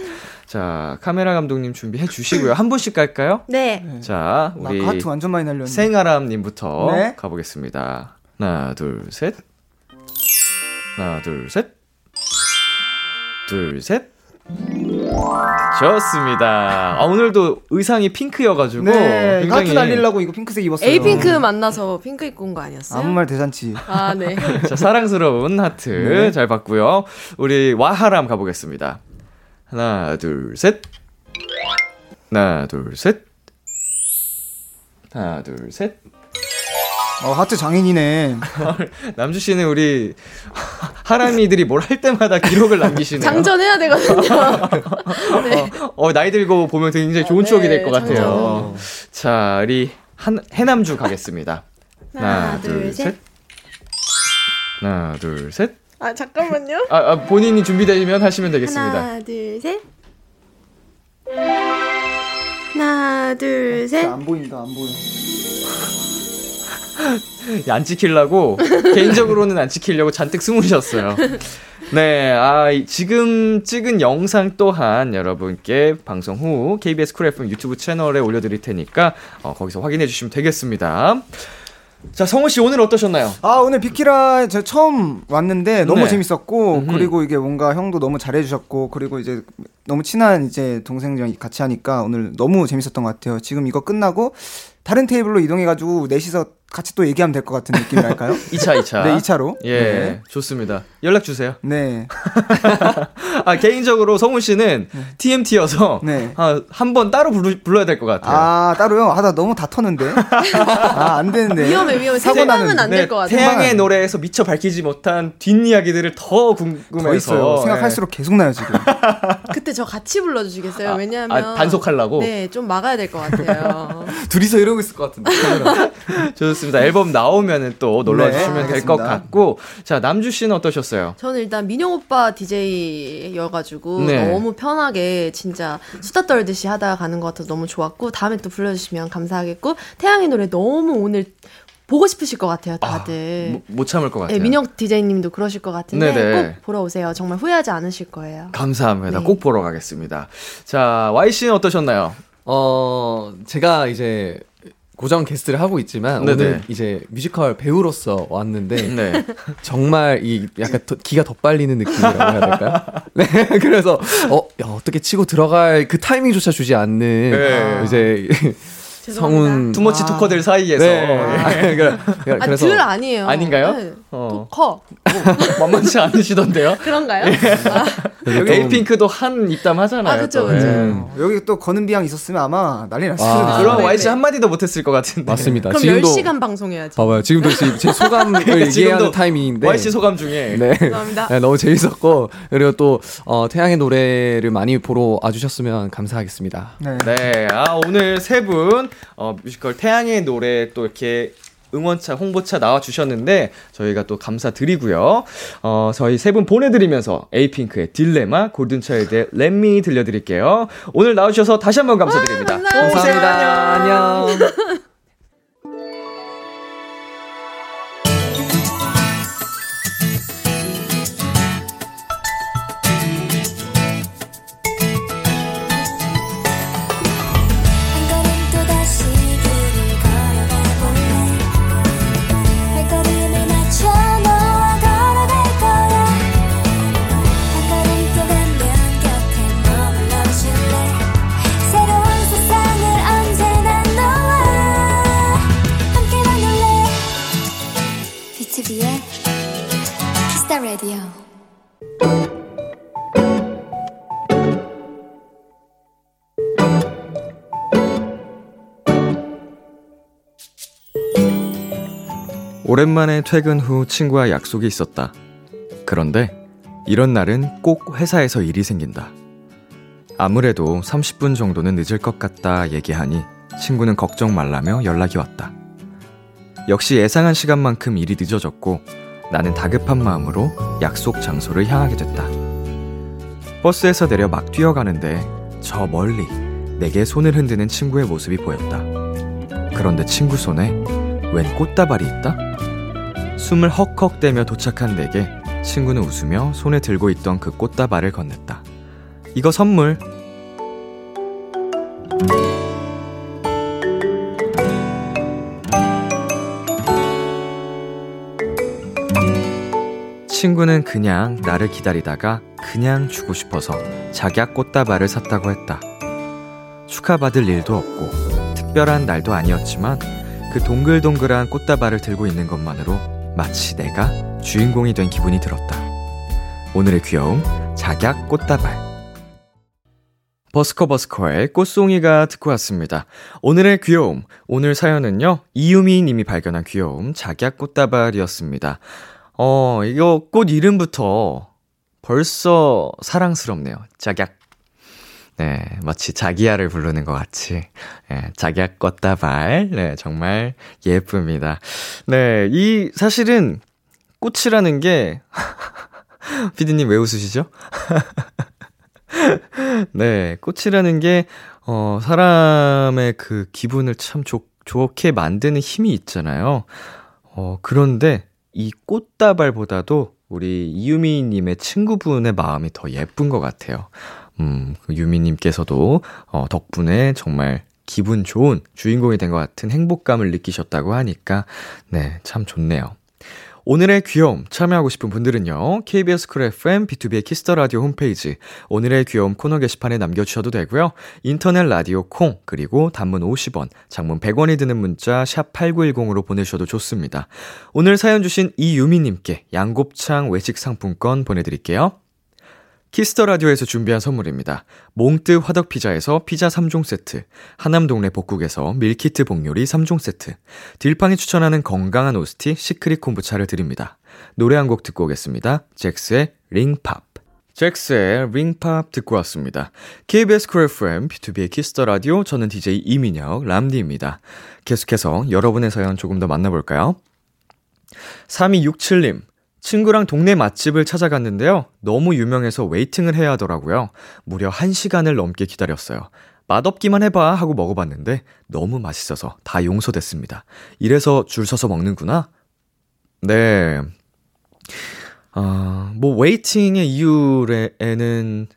자 카메라 감독님 준비해 주시고요. 한 분씩 갈까요?
네.
자
나
우리
하트 완전 많이 날렸네.
생아람님부터
음. 네.
가보겠습니다. 하나 둘 셋, 하나 둘 셋, 둘 셋. 좋습니다. 아, 오늘도 의상이 핑크여가지고
네, 이거 하트
굉장히
날리려고 이거 핑크색 입었어요. 음.
에이핑크 만나서 핑크 입고 온 거 아니었어요?
아무 말 대잔치.
아 네.
자, 사랑스러운 하트
네.
잘 봤고요. 우리 와하람 가보겠습니다. 하나 둘 셋, 하나 둘 셋, 하나 둘 셋.
어, 하트 장인이네.
남주 씨는 우리 하람이들이 뭘 할 때마다 기록을 남기시네요.
장전해야 되거든요. 네.
어, 나이 들고 보면 굉장히 좋은 추억이 될 것
네, 장전.
같아요. 자, 우리 한, 해남주 가겠습니다.
하나, 둘, 셋.
하나, 둘, 셋.
아 잠깐만요.
아, 아, 본인이 준비되면 하시면 되겠습니다.
하나 둘 셋. 하나 둘
네.
셋.
안 보인다, 안 보여.
안 지키려고, 개인적으로는 안 지키려고 잔뜩 숨으셨어요. 네, 아, 이- 지금 찍은 영상 또한 여러분께 방송 후 KBS 쿨 FM 유튜브 채널에 올려드릴 테니까 어, 거기서 확인해 주시면 되겠습니다. 자, 성우 씨 오늘 어떠셨나요?
아 오늘 비키라 제가 처음 왔는데 너무
네.
재밌었고
음흠.
그리고 이게 뭔가 형도 너무 잘해주셨고 그리고 이제 너무 친한 이제 동생이랑 같이 하니까 오늘 너무 재밌었던 것 같아요. 지금 이거 끝나고 다른 테이블로 이동해가지고 넷이서 같이 또 얘기하면 될 것 같은 느낌이랄까요?
2차, 2차.
네, 2차로.
예, 좋습니다. 연락 주세요.
네.
아, 개인적으로 성훈 씨는 TMT여서
네.
아, 한번 따로 부르, 불러야 될 것 같아요.
아 따로요? 아 나 너무 다 터는데. 아 안 되는데.
위험해, 위험해.
사고
생방은
나는.
안 될 것 같아요.
네, 태양의
생방은.
노래에서 미처 밝히지 못한 뒷이야기들을 더 궁금해서 네.
더 있어요. 생각할수록 계속 나요 지금.
그때 저 같이 불러주시겠어요?
예.
왜냐하면
아, 단속하려고
네, 좀 막아야 될 것 같아요.
둘이서 이러고 있을 것 같은데.
좋습니다. 앨범 나오면은 또 놀러
네,
주시면 될 것
알겠습니다.
같고 자 남주 씨는 어떠셨어요?
저는 일단 민영 오빠 DJ여가지고
네.
너무 편하게 진짜 수다 떨듯이 하다 가는 것 같아서 너무 좋았고 다음에 또 불러주시면 감사하겠고 태양의 노래 너무 오늘 보고 싶으실 것 같아요, 다들.
못, 뭐, 못 참을 것 같아요.
네, 민영 DJ님도 그러실 것 같은데
네네.
꼭 보러 오세요. 정말 후회하지 않으실 거예요.
감사합니다.
네.
꼭 보러 가겠습니다. 자 Y 씨는 어떠셨나요?
어, 제가 이제 고정 게스트를 하고 있지만
네네.
오늘 이제 뮤지컬 배우로서 왔는데
네.
정말 이 약간 더- 기가 덧발리는 느낌이라고 해야 될까요? 네, 그래서 어 야, 어떻게 치고 들어갈 그 타이밍조차 주지 않는
네.
이제
죄송합니다.
성운
투머치 토커들 사이에서 예.
네. 그래- 그래-
아,
그래서
들 아니에요.
아닌가요?
네.
어.
커.
만만치 않으시던데요.
그런가요?
여기 에이핑크도 한 입담 하잖아요.
아, 그쵸,
또.
음,
그쵸.
예.
어, 여기 또 거는 비양 있었으면 아마 난리 났을
아,
텐데.
그럼
네,
Y 씨
네.
한마디도 못했을 것 같은데.
맞습니다.
그럼
지금도
10시간 방송해야지.
봐봐요. 지금도 지금 제 소감을
그러니까
얘기하는
지금도
타이밍인데
Y 씨 소감 중에
네.
죄송합니다.
네, 너무 재밌었고 그리고 또 어, 태양의 노래를 많이 보러 와주셨으면 감사하겠습니다.
네.
네, 아, 오늘 세 분, 어, 뮤지컬 태양의 노래 또 이렇게 응원차, 홍보차 나와주셨는데, 저희가 또 감사드리고요. 어, 저희 세 분 보내드리면서 에이핑크의 딜레마, 골든차일드의 렛미 들려드릴게요. 오늘 나와주셔서 다시 한번 아, 감사드립니다.
감사합니다. 안녕.
한 걸음 또다시 길을 걸어가볼래 발걸음을 맞춰 너와 걸어갈 거야 한 걸음 또 가면 곁에 머물러줄래 새로운 세상을 언제나 너와 함께 만날래 비투비의 키스타 라디오
오랜만에 퇴근 후 친구와 약속이 있었다. 그런데 이런 날은 꼭 회사에서 일이 생긴다. 아무래도 30분 정도는 늦을 것 같다 얘기하니 친구는 걱정 말라며 연락이 왔다. 역시 예상한 시간만큼 일이 늦어졌고 나는 다급한 마음으로 약속 장소를 향하게 됐다. 버스에서 내려 막 뛰어가는데 저 멀리 내게 손을 흔드는 친구의 모습이 보였다. 그런데 친구 손에 웬 꽃다발이 있다? 숨을 헉헉대며 도착한 내게 친구는 웃으며 손에 들고 있던 그 꽃다발을 건넸다. 이거 선물. 친구는 그냥 나를 기다리다가 그냥 주고 싶어서 자기야 꽃다발을 샀다고 했다. 축하받을 일도 없고 특별한 날도 아니었지만 그 동글동글한 꽃다발을 들고 있는 것만으로 마치 내가 주인공이 된 기분이 들었다. 오늘의 귀여움, 작약 꽃다발. 버스커버스커의 꽃송이가 듣고 왔습니다. 오늘의 귀여움, 오늘 사연은요, 이유미 님이 발견한 귀여움, 작약 꽃다발이었습니다. 어, 이거 꽃 이름부터 벌써 사랑스럽네요. 작약. 네, 마치 자기야를 부르는 것 같이. 예, 자기야 꽃다발. 네, 정말 예쁩니다. 네, 이 사실은 꽃이라는 게 피디님 왜 웃으시죠? 네, 꽃이라는 게 어, 사람의 그 기분을 참 좋, 좋게 만드는 힘이 있잖아요. 어, 그런데 이 꽃다발보다도 우리 이유미님의 친구분의 마음이 더 예쁜 것 같아요. 음, 그 유미님께서도 어, 덕분에 정말 기분 좋은 주인공이 된 것 같은 행복감을 느끼셨다고 하니까 네, 참 좋네요. 오늘의 귀여움 참여하고 싶은 분들은요. KBS 쿨 FM B2B의 키스터 라디오 홈페이지 오늘의 귀여움 코너 게시판에 남겨 주셔도 되고요. 인터넷 라디오 콩 그리고 단문 50원, 장문 100원이 드는 문자 샵 8910으로 보내셔도 좋습니다. 오늘 사연 주신 이유미 님께 양곱창 외식 상품권 보내 드릴게요. 키스터 라디오에서 준비한 선물입니다. 몽뜨 화덕 피자에서 피자 3종 세트, 하남 동네 복국에서 밀키트 복요리 3종 세트, 딜팡이 추천하는 건강한 오스티 시크릿 콤부차를 드립니다. 노래 한 곡 듣고 오겠습니다. 잭스의 링팝. 잭스의 링팝 듣고 왔습니다. KBS 쿨 FM, B2B의 키스터 라디오, 저는 DJ 이민혁, 람디입니다. 계속해서 여러분의 사연 조금 더 만나볼까요? 3267님. 친구랑 동네 맛집을 찾아갔는데요. 너무 유명해서 웨이팅을 해야 하더라고요. 무려 1시간을 넘게 기다렸어요. 맛없기만 해봐 하고 먹어봤는데 너무 맛있어서 다 용서됐습니다. 이래서 줄 서서 먹는구나? 네. 아, 뭐, 웨이팅의 이유에는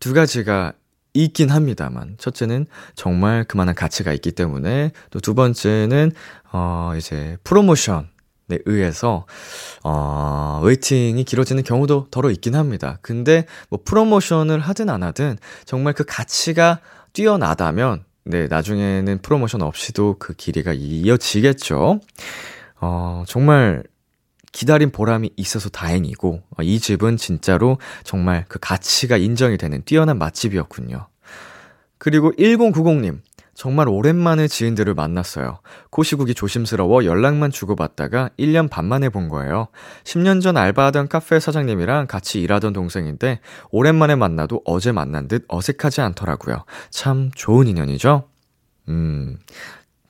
두 가지가 있긴 합니다만. 첫째는 정말 그만한 가치가 있기 때문에 또 두 번째는, 어, 이제 프로모션. 에 의해서 어, 웨이팅이 길어지는 경우도 더러 있긴 합니다. 근데 뭐 프로모션을 하든 안 하든 정말 그 가치가 뛰어나다면 네, 나중에는 프로모션 없이도 그 길이가 이어지겠죠. 어, 정말 기다린 보람이 있어서 다행이고 어, 이 집은 진짜로 정말 그 가치가 인정이 되는 뛰어난 맛집이었군요. 그리고 1090님 정말 오랜만에 지인들을 만났어요. 코시국이 조심스러워 연락만 주고받다가 1년 반 만에 본 거예요. 10년 전 알바하던 카페 사장님이랑 같이 일하던 동생인데 오랜만에 만나도 어제 만난 듯 어색하지 않더라고요. 참 좋은 인연이죠? 음.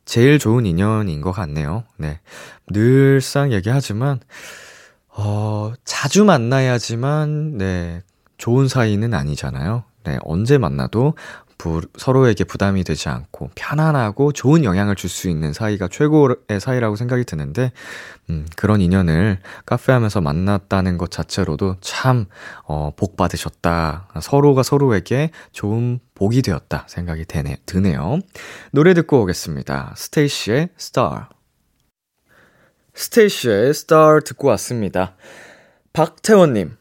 제일 좋은 인연인 것 같네요. 네. 늘상 얘기하지만 어, 자주 만나야지만 네. 좋은 사이는 아니잖아요. 네. 언제 만나도 부- 서로에게 부담이 되지 않고 편안하고 좋은 영향을 줄 수 있는 사이가 최고의 사이라고 생각이 드는데 음, 그런 인연을 카페하면서 만났다는 것 자체로도 참 어, 복 받으셨다 서로가 서로에게 좋은 복이 되었다 생각이 되네, 드네요 노래 듣고 오겠습니다 스테이시의 스타 스테이시의 스타 듣고 왔습니다 박태원님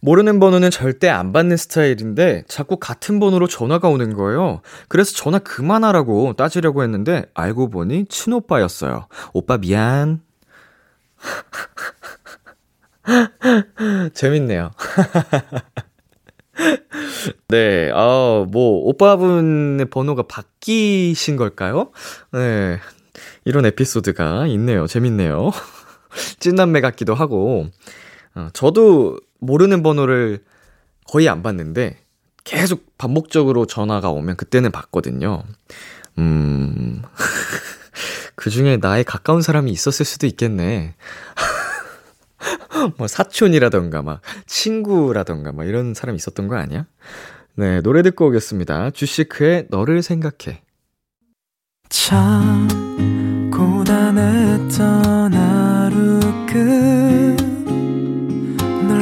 모르는 번호는 절대 안 받는 스타일인데 자꾸 같은 번호로 전화가 오는 거예요. 그래서 전화 그만하라고 따지려고 했는데 알고 보니 친오빠였어요. 오빠 미안. 재밌네요. 네, 아, 뭐, 오빠분의 번호가 바뀌신 걸까요? 네, 이런 에피소드가 있네요. 재밌네요. 찐남매 같기도 하고. 어, 저도 모르는 번호를 거의 안 받는데 계속 반복적으로 전화가 오면 그때는 받거든요. 음. 그 중에 나에 가까운 사람이 있었을 수도 있겠네. 뭐 사촌이라던가 막 친구라던가 막 이런 사람이 있었던 거 아니야? 네, 노래 듣고 오겠습니다. 주시크의 너를 생각해.
참 고단했던 하루 끝널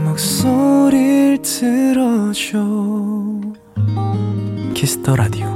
목소리를 들어줘 키스터 라디오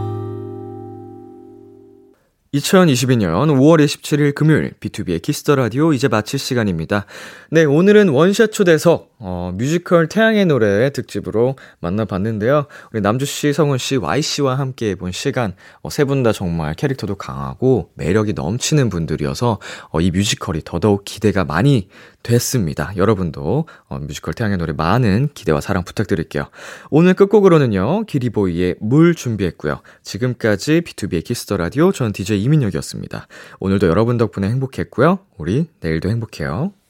2022년 5월 27일 금요일 B2B의 키스터 라디오 이제 마칠 시간입니다. 네, 오늘은 원샷 초대석 어, 뮤지컬 태양의 노래 특집으로 만나봤는데요. 우리 남주 씨, 성훈 씨, Y 씨와 함께 해본 시간 어, 세분 다 정말 캐릭터도 강하고 매력이 넘치는 분들이어서 어, 이 뮤지컬이 더더욱 기대가 많이 됐습니다. 여러분도 어, 뮤지컬 태양의 노래 많은 기대와 사랑 부탁드릴게요. 오늘 끝곡으로는요, 기리보이의 물 준비했고요. 지금까지 B2B의 키스터 라디오 전 DJ 이민혁이었습니다. 오늘도 여러분 덕분에 행복했고요. 우리 내일도 행복해요.